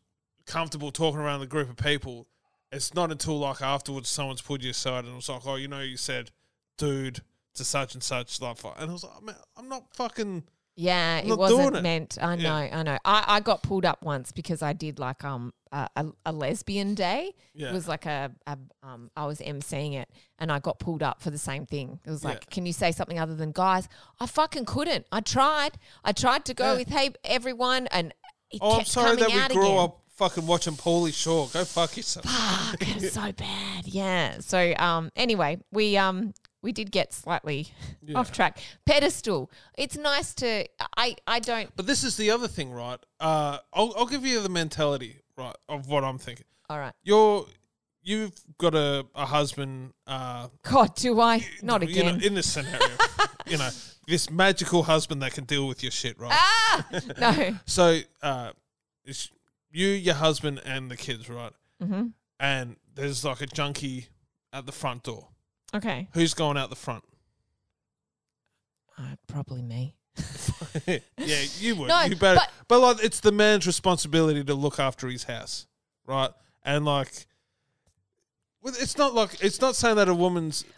Speaker 2: comfortable talking around a group of people it's not until like afterwards someone's pulled you aside and was like oh you know you said dude to such and such like fu-" and I was like man I'm not fucking
Speaker 1: Yeah, it
Speaker 2: not
Speaker 1: wasn't
Speaker 2: doing it.
Speaker 1: meant. I know,
Speaker 2: Yeah.
Speaker 1: I know. I, I got pulled up once because I did like um a, a, a lesbian day.
Speaker 2: Yeah.
Speaker 1: It was like a, a um I was emceeing it and I got pulled up for the same thing. It was like,
Speaker 2: Yeah.
Speaker 1: can you say something other than guys? I fucking couldn't. I tried. I tried to go
Speaker 2: Yeah.
Speaker 1: with hey everyone and it
Speaker 2: oh I'm
Speaker 1: kept
Speaker 2: sorry that
Speaker 1: coming out
Speaker 2: we grew
Speaker 1: again.
Speaker 2: up fucking watching Paulie Shaw go fuck yourself
Speaker 1: Fuck, it
Speaker 2: *laughs*
Speaker 1: was so bad. Yeah. So um anyway, we um we did get slightly *laughs* off track. Pedestal. It's nice to I I don't
Speaker 2: But this is the other thing, right? Uh, I'll, I'll give you the mentality, right, of what I'm thinking.
Speaker 1: all right.
Speaker 2: You're, you've got a, a husband, uh,
Speaker 1: God, do I? Not
Speaker 2: you know,
Speaker 1: again.
Speaker 2: in this scenario,
Speaker 1: *laughs*
Speaker 2: you know, this magical husband that can deal with your shit, right?
Speaker 1: ah, no.
Speaker 2: So, uh, it's you, your husband, and the kids, right?
Speaker 1: Mhm.
Speaker 2: And there's like a junkie at the front door.
Speaker 1: *laughs* Okay.
Speaker 2: Who's going out the front? *laughs*
Speaker 1: Uh, probably me.
Speaker 2: yeah, you
Speaker 1: *laughs*
Speaker 2: would.
Speaker 1: No,
Speaker 2: you better.
Speaker 1: but-
Speaker 2: But, like, it's the man's responsibility to look after his house, right? And like, well, it's not like it's not saying that a woman's. You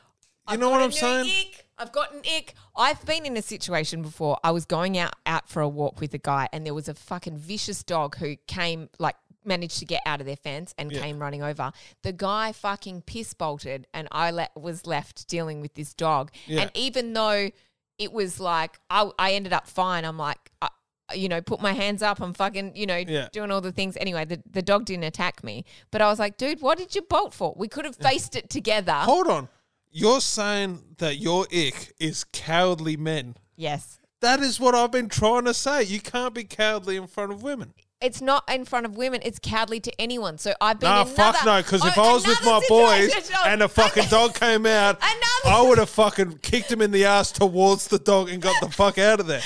Speaker 1: I've
Speaker 2: know
Speaker 1: got
Speaker 2: what
Speaker 1: a
Speaker 2: I'm
Speaker 1: new
Speaker 2: saying?
Speaker 1: Ick. I've got an ick. I've been in a situation before. I was going out out for a walk with a guy, and there was a fucking vicious dog who came like managed to get out of their fence and
Speaker 2: Yeah.
Speaker 1: came running over. The guy fucking piss bolted, and I le- was left dealing with this dog.
Speaker 2: Yeah.
Speaker 1: And even though it was like I, I ended up fine, I'm like. I, you know, put my hands up. I'm fucking, you know,
Speaker 2: Yeah.
Speaker 1: doing all the things. Anyway, the, the dog didn't attack me, but I was like, dude, what did you bolt for? We could have faced it together.
Speaker 2: Hold on, you're saying that your ick is cowardly men.
Speaker 1: Yes.
Speaker 2: That is what I've been trying to say. You can't be cowardly in front of women.
Speaker 1: it's not in front of women. It's cowardly to anyone. So I've been
Speaker 2: Nah,
Speaker 1: another,
Speaker 2: fuck no. Because if
Speaker 1: oh,
Speaker 2: I was with
Speaker 1: another
Speaker 2: my boys
Speaker 1: situation. Oh, *laughs*
Speaker 2: and a fucking dog came out,
Speaker 1: Another-
Speaker 2: I would have fucking kicked him in the ass towards the dog and got the fuck out of there.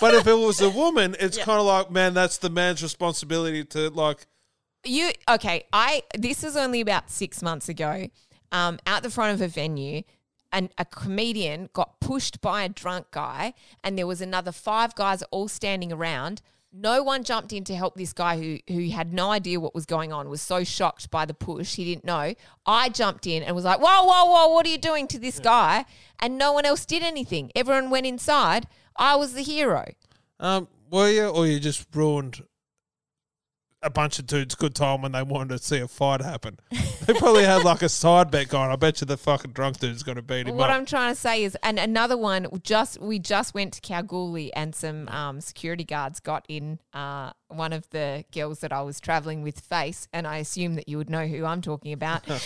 Speaker 2: But if it was a woman,
Speaker 1: *laughs*
Speaker 2: it's kind of like, man, that's the man's responsibility to like.
Speaker 1: you okay? I this was only about six months ago. Um, out the front of a venue, and a comedian got pushed by a drunk guy, and there was another five guys all standing around. No one jumped in to help this guy who who had no idea what was going on. Was so shocked by the push, he didn't know. I jumped in and was like, "Whoa, whoa, whoa! What are you doing to this guy?" And no one else did anything. Everyone went inside. I was the hero.
Speaker 2: Um, were you, or you just ruined a bunch of dudes' good time when they wanted to see a fight happen? They probably had like a side bet going. I bet you the fucking drunk dude's going to beat him
Speaker 1: What
Speaker 2: up.
Speaker 1: I'm trying to say is, and another one just we just went to Kalgoorlie, and some um, security guards got in uh, one of the girls that I was traveling with face, and I assume that you would know who I'm talking about. Uh,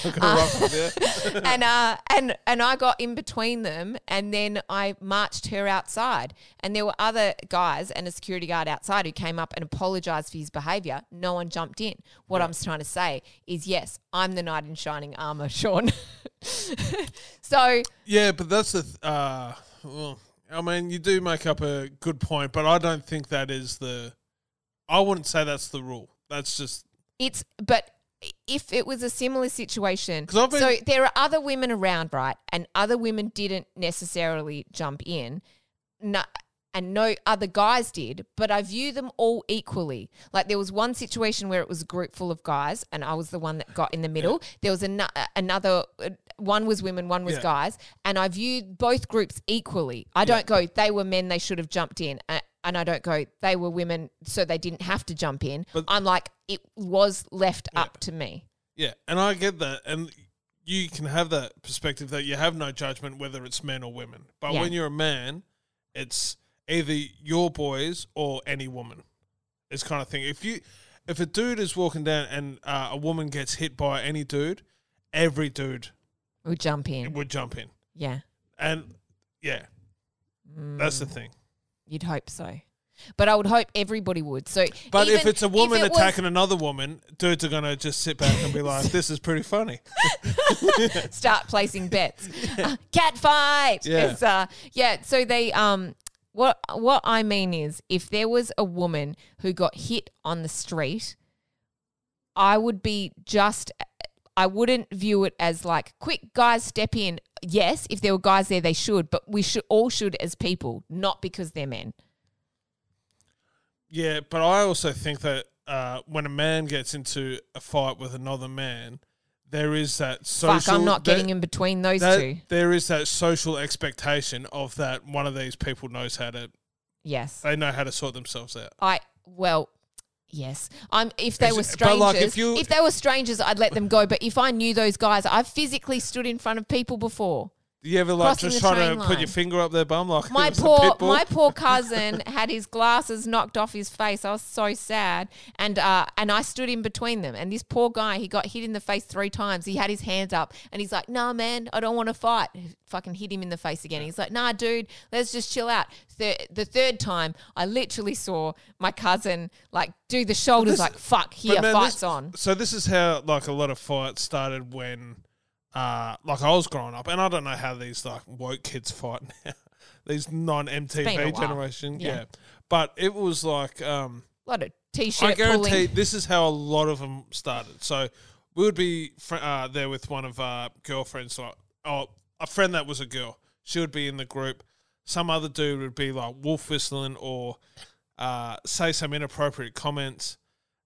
Speaker 1: and uh, and and I got in between them, and then I marched her outside, and there were other guys and a security guard outside who came up and apologized for his behavior. No one jumped in. What I'm trying to say is, yes, I'm the knight in shining armor, *laughs* Sean. so.
Speaker 2: Yeah, but that's the. Th- uh, well, I mean, you do make up a good point, but I don't think that is the. I wouldn't say that's the rule. That's just
Speaker 1: It's but if it was a similar situation,
Speaker 2: 'Cause I've been-
Speaker 1: so there are other women around, right? And other women didn't necessarily jump in, no, and no other guys did. But I view them all equally. Like there was one situation where it was a group full of guys, and I was the one that got in the middle. There was an, another uh, one was women, one was
Speaker 2: Yeah.
Speaker 1: guys, and I viewed both groups equally. I don't go they were men, they should have jumped in. Uh, and I don't go, they were women, so they didn't have to jump in.
Speaker 2: But-
Speaker 1: I'm like, it was left up to me.
Speaker 2: yeah, and I get that, and you can have that perspective that you have no judgment whether it's men or women. But
Speaker 1: Yeah.
Speaker 2: when you're a man, it's either your boys or any woman. It's kind of thing. If you, if a dude is walking down and uh, a woman gets hit by any dude, every dude
Speaker 1: We'll jump in.
Speaker 2: would jump in,
Speaker 1: Yeah.
Speaker 2: and yeah, That's
Speaker 1: Mm.
Speaker 2: the thing.
Speaker 1: You'd hope so. But I would hope everybody would. So,
Speaker 2: But if
Speaker 1: even
Speaker 2: it's a woman
Speaker 1: it was-
Speaker 2: attacking another woman, dudes are gonna just sit back and be like, "This is pretty funny."
Speaker 1: start placing
Speaker 2: *laughs*
Speaker 1: bets. Uh, cat fight.
Speaker 2: Yeah.
Speaker 1: It's, uh, yeah. So they um what what I mean is if there was a woman who got hit on the street, I would be just I wouldn't view it as like quick guys step in. Yes, if there were guys there they should, but we should all should as people, not because they're men.
Speaker 2: Yeah, but I also think that uh, when a man gets into a fight with another man, there is that social.
Speaker 1: Fuck, I'm not
Speaker 2: there-
Speaker 1: getting in between those
Speaker 2: that-
Speaker 1: two.
Speaker 2: There is that social expectation of that one of these people knows how to.
Speaker 1: Yes.
Speaker 2: They know how to sort themselves out.
Speaker 1: I well, yes. I'm if they
Speaker 2: Is
Speaker 1: were
Speaker 2: it- but,
Speaker 1: strangers.
Speaker 2: like, if
Speaker 1: if,
Speaker 2: you-
Speaker 1: they were strangers, I'd let them go. But if I knew those guys, I've physically stood in front of people before.
Speaker 2: Do you ever like
Speaker 1: Crossing
Speaker 2: just
Speaker 1: the
Speaker 2: try to
Speaker 1: train
Speaker 2: put your
Speaker 1: line.
Speaker 2: finger up their bum like
Speaker 1: My
Speaker 2: *laughs* it was a
Speaker 1: poor
Speaker 2: pit bull?
Speaker 1: my poor cousin *laughs* had his glasses knocked off his face. I was so sad. And uh and I stood in between them. And this poor guy, he got hit in the face three times. He had his hands up and he's like, Nah man, I don't want to fight. Fucking hit him in the face again. He's like, Nah dude, let's just chill out. Thir- the third time I literally saw my cousin like do the shoulders
Speaker 2: this-
Speaker 1: like fuck
Speaker 2: But
Speaker 1: here,
Speaker 2: man,
Speaker 1: fights
Speaker 2: this-
Speaker 1: on.
Speaker 2: So this is how like a lot of fights started when, uh, like I was growing up, and I don't know how these like woke kids fight *laughs* now. these non
Speaker 1: been a
Speaker 2: MTV
Speaker 1: while.
Speaker 2: generation, yeah.
Speaker 1: Yeah.
Speaker 2: But it was like, um,
Speaker 1: A lot of t
Speaker 2: I
Speaker 1: shirt
Speaker 2: guarantee
Speaker 1: pulling.
Speaker 2: this is how a lot of them started. So we would be fr- uh, there with one of our girlfriends, like oh, a friend that was a girl. She would be in the group. Some other dude would be like wolf whistling or uh, say some inappropriate comments,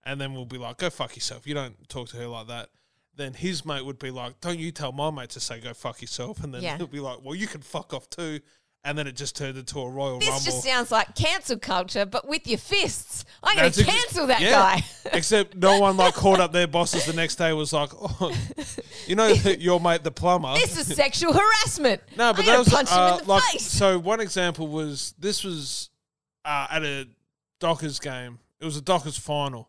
Speaker 2: and then we'll be like, "Go fuck yourself." You don't talk to her like that. Then his mate would be like, "Don't you tell my mate to say go fuck yourself," and then
Speaker 1: Yeah.
Speaker 2: he'll be like, "Well, you can fuck off too." And then it just turned into a royal
Speaker 1: This
Speaker 2: rumble.
Speaker 1: just sounds like cancel culture, but with your fists. I'm going to
Speaker 2: That's ex-
Speaker 1: cancel that
Speaker 2: yeah.
Speaker 1: guy.
Speaker 2: *laughs* Except no one like called up their bosses the next day was like,
Speaker 1: *laughs*
Speaker 2: oh, you know *laughs* that your mate the plumber.
Speaker 1: This is sexual harassment.
Speaker 2: no, but
Speaker 1: I'm
Speaker 2: that
Speaker 1: gonna
Speaker 2: was
Speaker 1: punch
Speaker 2: uh,
Speaker 1: him in the
Speaker 2: like
Speaker 1: face.
Speaker 2: so. One example was this was uh, at a Dockers game. It was a Dockers final,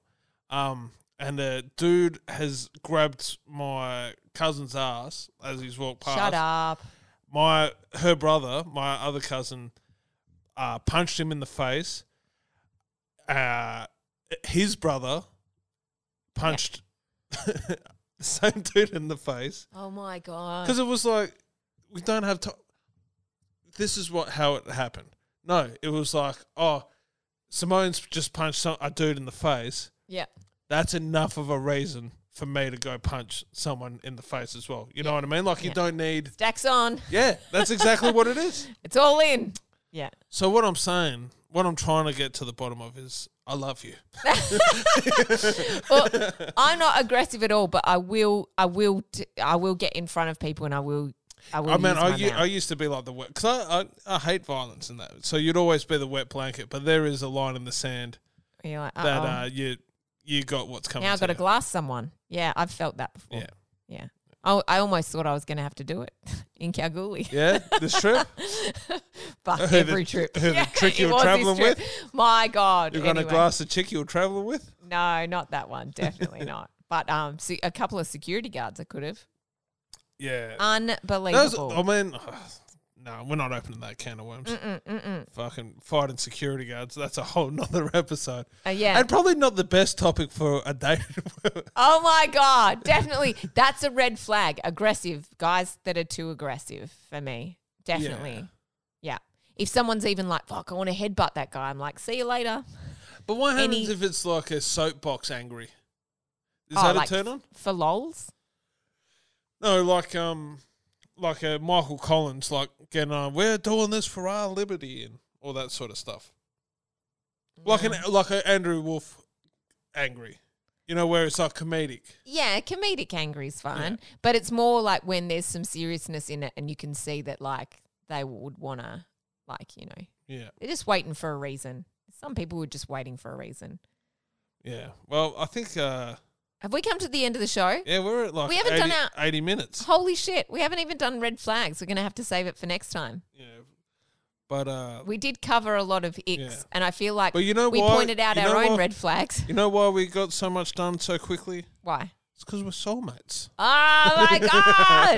Speaker 2: um, and a dude has grabbed my cousin's ass as he's walked past
Speaker 1: Shut up.
Speaker 2: my her brother, my other cousin, uh, punched him in the face. Uh, his brother punched *laughs* the same dude in the face
Speaker 1: Oh my god.
Speaker 2: because it was like we don't have time. This is what how it happened. No, it was like oh, Simone's just punched some, a dude in the face.
Speaker 1: Yeah.
Speaker 2: That's enough of a reason for me to go punch someone in the face as well. You know what I mean? Like you
Speaker 1: Yeah.
Speaker 2: don't need.
Speaker 1: Stacks on.
Speaker 2: Yeah, that's exactly what it is.
Speaker 1: It's all in. Yeah.
Speaker 2: So what I'm saying, what I'm trying to get to the bottom of is, I love you.
Speaker 1: Well, I'm not aggressive at all, but I will. I will. t- I will get in front of people, and I will. I will.
Speaker 2: I mean,
Speaker 1: use my
Speaker 2: I, u-
Speaker 1: mouth.
Speaker 2: I used to be like the wet because I, I I hate violence and that. So you'd always be the wet blanket, but there is a line in the sand
Speaker 1: You're like,
Speaker 2: that
Speaker 1: "Uh-oh.
Speaker 2: uh, you you got what's coming.
Speaker 1: now I've
Speaker 2: to
Speaker 1: got to
Speaker 2: you.
Speaker 1: glass someone. Yeah, I've felt that before.
Speaker 2: Yeah.
Speaker 1: Yeah. I, I almost thought I was going to have to do it *laughs* in Kalgoorlie. *laughs*
Speaker 2: Yeah, this trip Who
Speaker 1: Fuck
Speaker 2: the-
Speaker 1: every trip. *laughs*
Speaker 2: who the trick
Speaker 1: it
Speaker 2: you were
Speaker 1: was this
Speaker 2: travelling
Speaker 1: trip. My God.
Speaker 2: you're
Speaker 1: anyway.
Speaker 2: gonna glass the chick you were traveling with.
Speaker 1: No, not that one.
Speaker 2: *laughs*
Speaker 1: Definitely not. But um, se- a couple of security guards I could have.
Speaker 2: Yeah, that was,
Speaker 1: Unbelievable.
Speaker 2: I mean, *sighs* no, we're not opening that can of worms.
Speaker 1: Mm-mm, mm-mm.
Speaker 2: Fucking fighting security guards. That's a whole nother *laughs* episode,
Speaker 1: Uh, yeah.
Speaker 2: and probably not the best topic for a *laughs* date.
Speaker 1: oh my God. Definitely. That's a red flag. Aggressive. Guys that are too aggressive for me. Definitely. Yeah. If someone's even like, fuck, I want to headbutt that guy, I'm like, see you later.
Speaker 2: But what happens
Speaker 1: Any-
Speaker 2: if it's like a soapbox angry? Is
Speaker 1: Oh,
Speaker 2: that
Speaker 1: like
Speaker 2: a turn on?
Speaker 1: For lols?
Speaker 2: No, like um, like a Michael Collins, like getting on. We're doing this for our liberty and all that sort of stuff. Like an like a Andrew Wolf angry, you know, where it's like comedic.
Speaker 1: Yeah, comedic anger is fine, but it's more like when there's some seriousness in it, and you can see that like they would wanna, like you know,
Speaker 2: Yeah,
Speaker 1: they're just waiting for a reason. Some people were just waiting for a reason.
Speaker 2: yeah. Well, I think uh,
Speaker 1: Have we come to the end of the show?
Speaker 2: yeah, we're at like
Speaker 1: We haven't
Speaker 2: 80,
Speaker 1: done our-
Speaker 2: eighty minutes.
Speaker 1: Holy shit, we haven't even done red flags. We're gonna have to save it for next time.
Speaker 2: Yeah, but uh,
Speaker 1: We did cover a lot of icks,
Speaker 2: Yeah.
Speaker 1: and I feel like
Speaker 2: But you know
Speaker 1: we
Speaker 2: why-
Speaker 1: pointed out
Speaker 2: you
Speaker 1: our
Speaker 2: know
Speaker 1: own
Speaker 2: why-
Speaker 1: red flags.
Speaker 2: you know why we got so much done so quickly?
Speaker 1: Why?
Speaker 2: It's It's because we're soulmates. *laughs*
Speaker 1: Oh my God.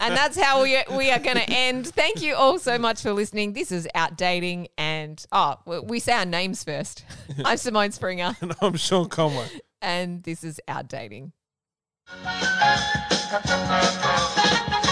Speaker 1: and that's how we, we are going to end. Thank you all so much for listening. This is Outdating. And oh, we, we say our names
Speaker 2: *laughs*
Speaker 1: first. I'm Simone Springer,
Speaker 2: And I'm Sean Conway.
Speaker 1: and this is Outdating.
Speaker 3: Thank you.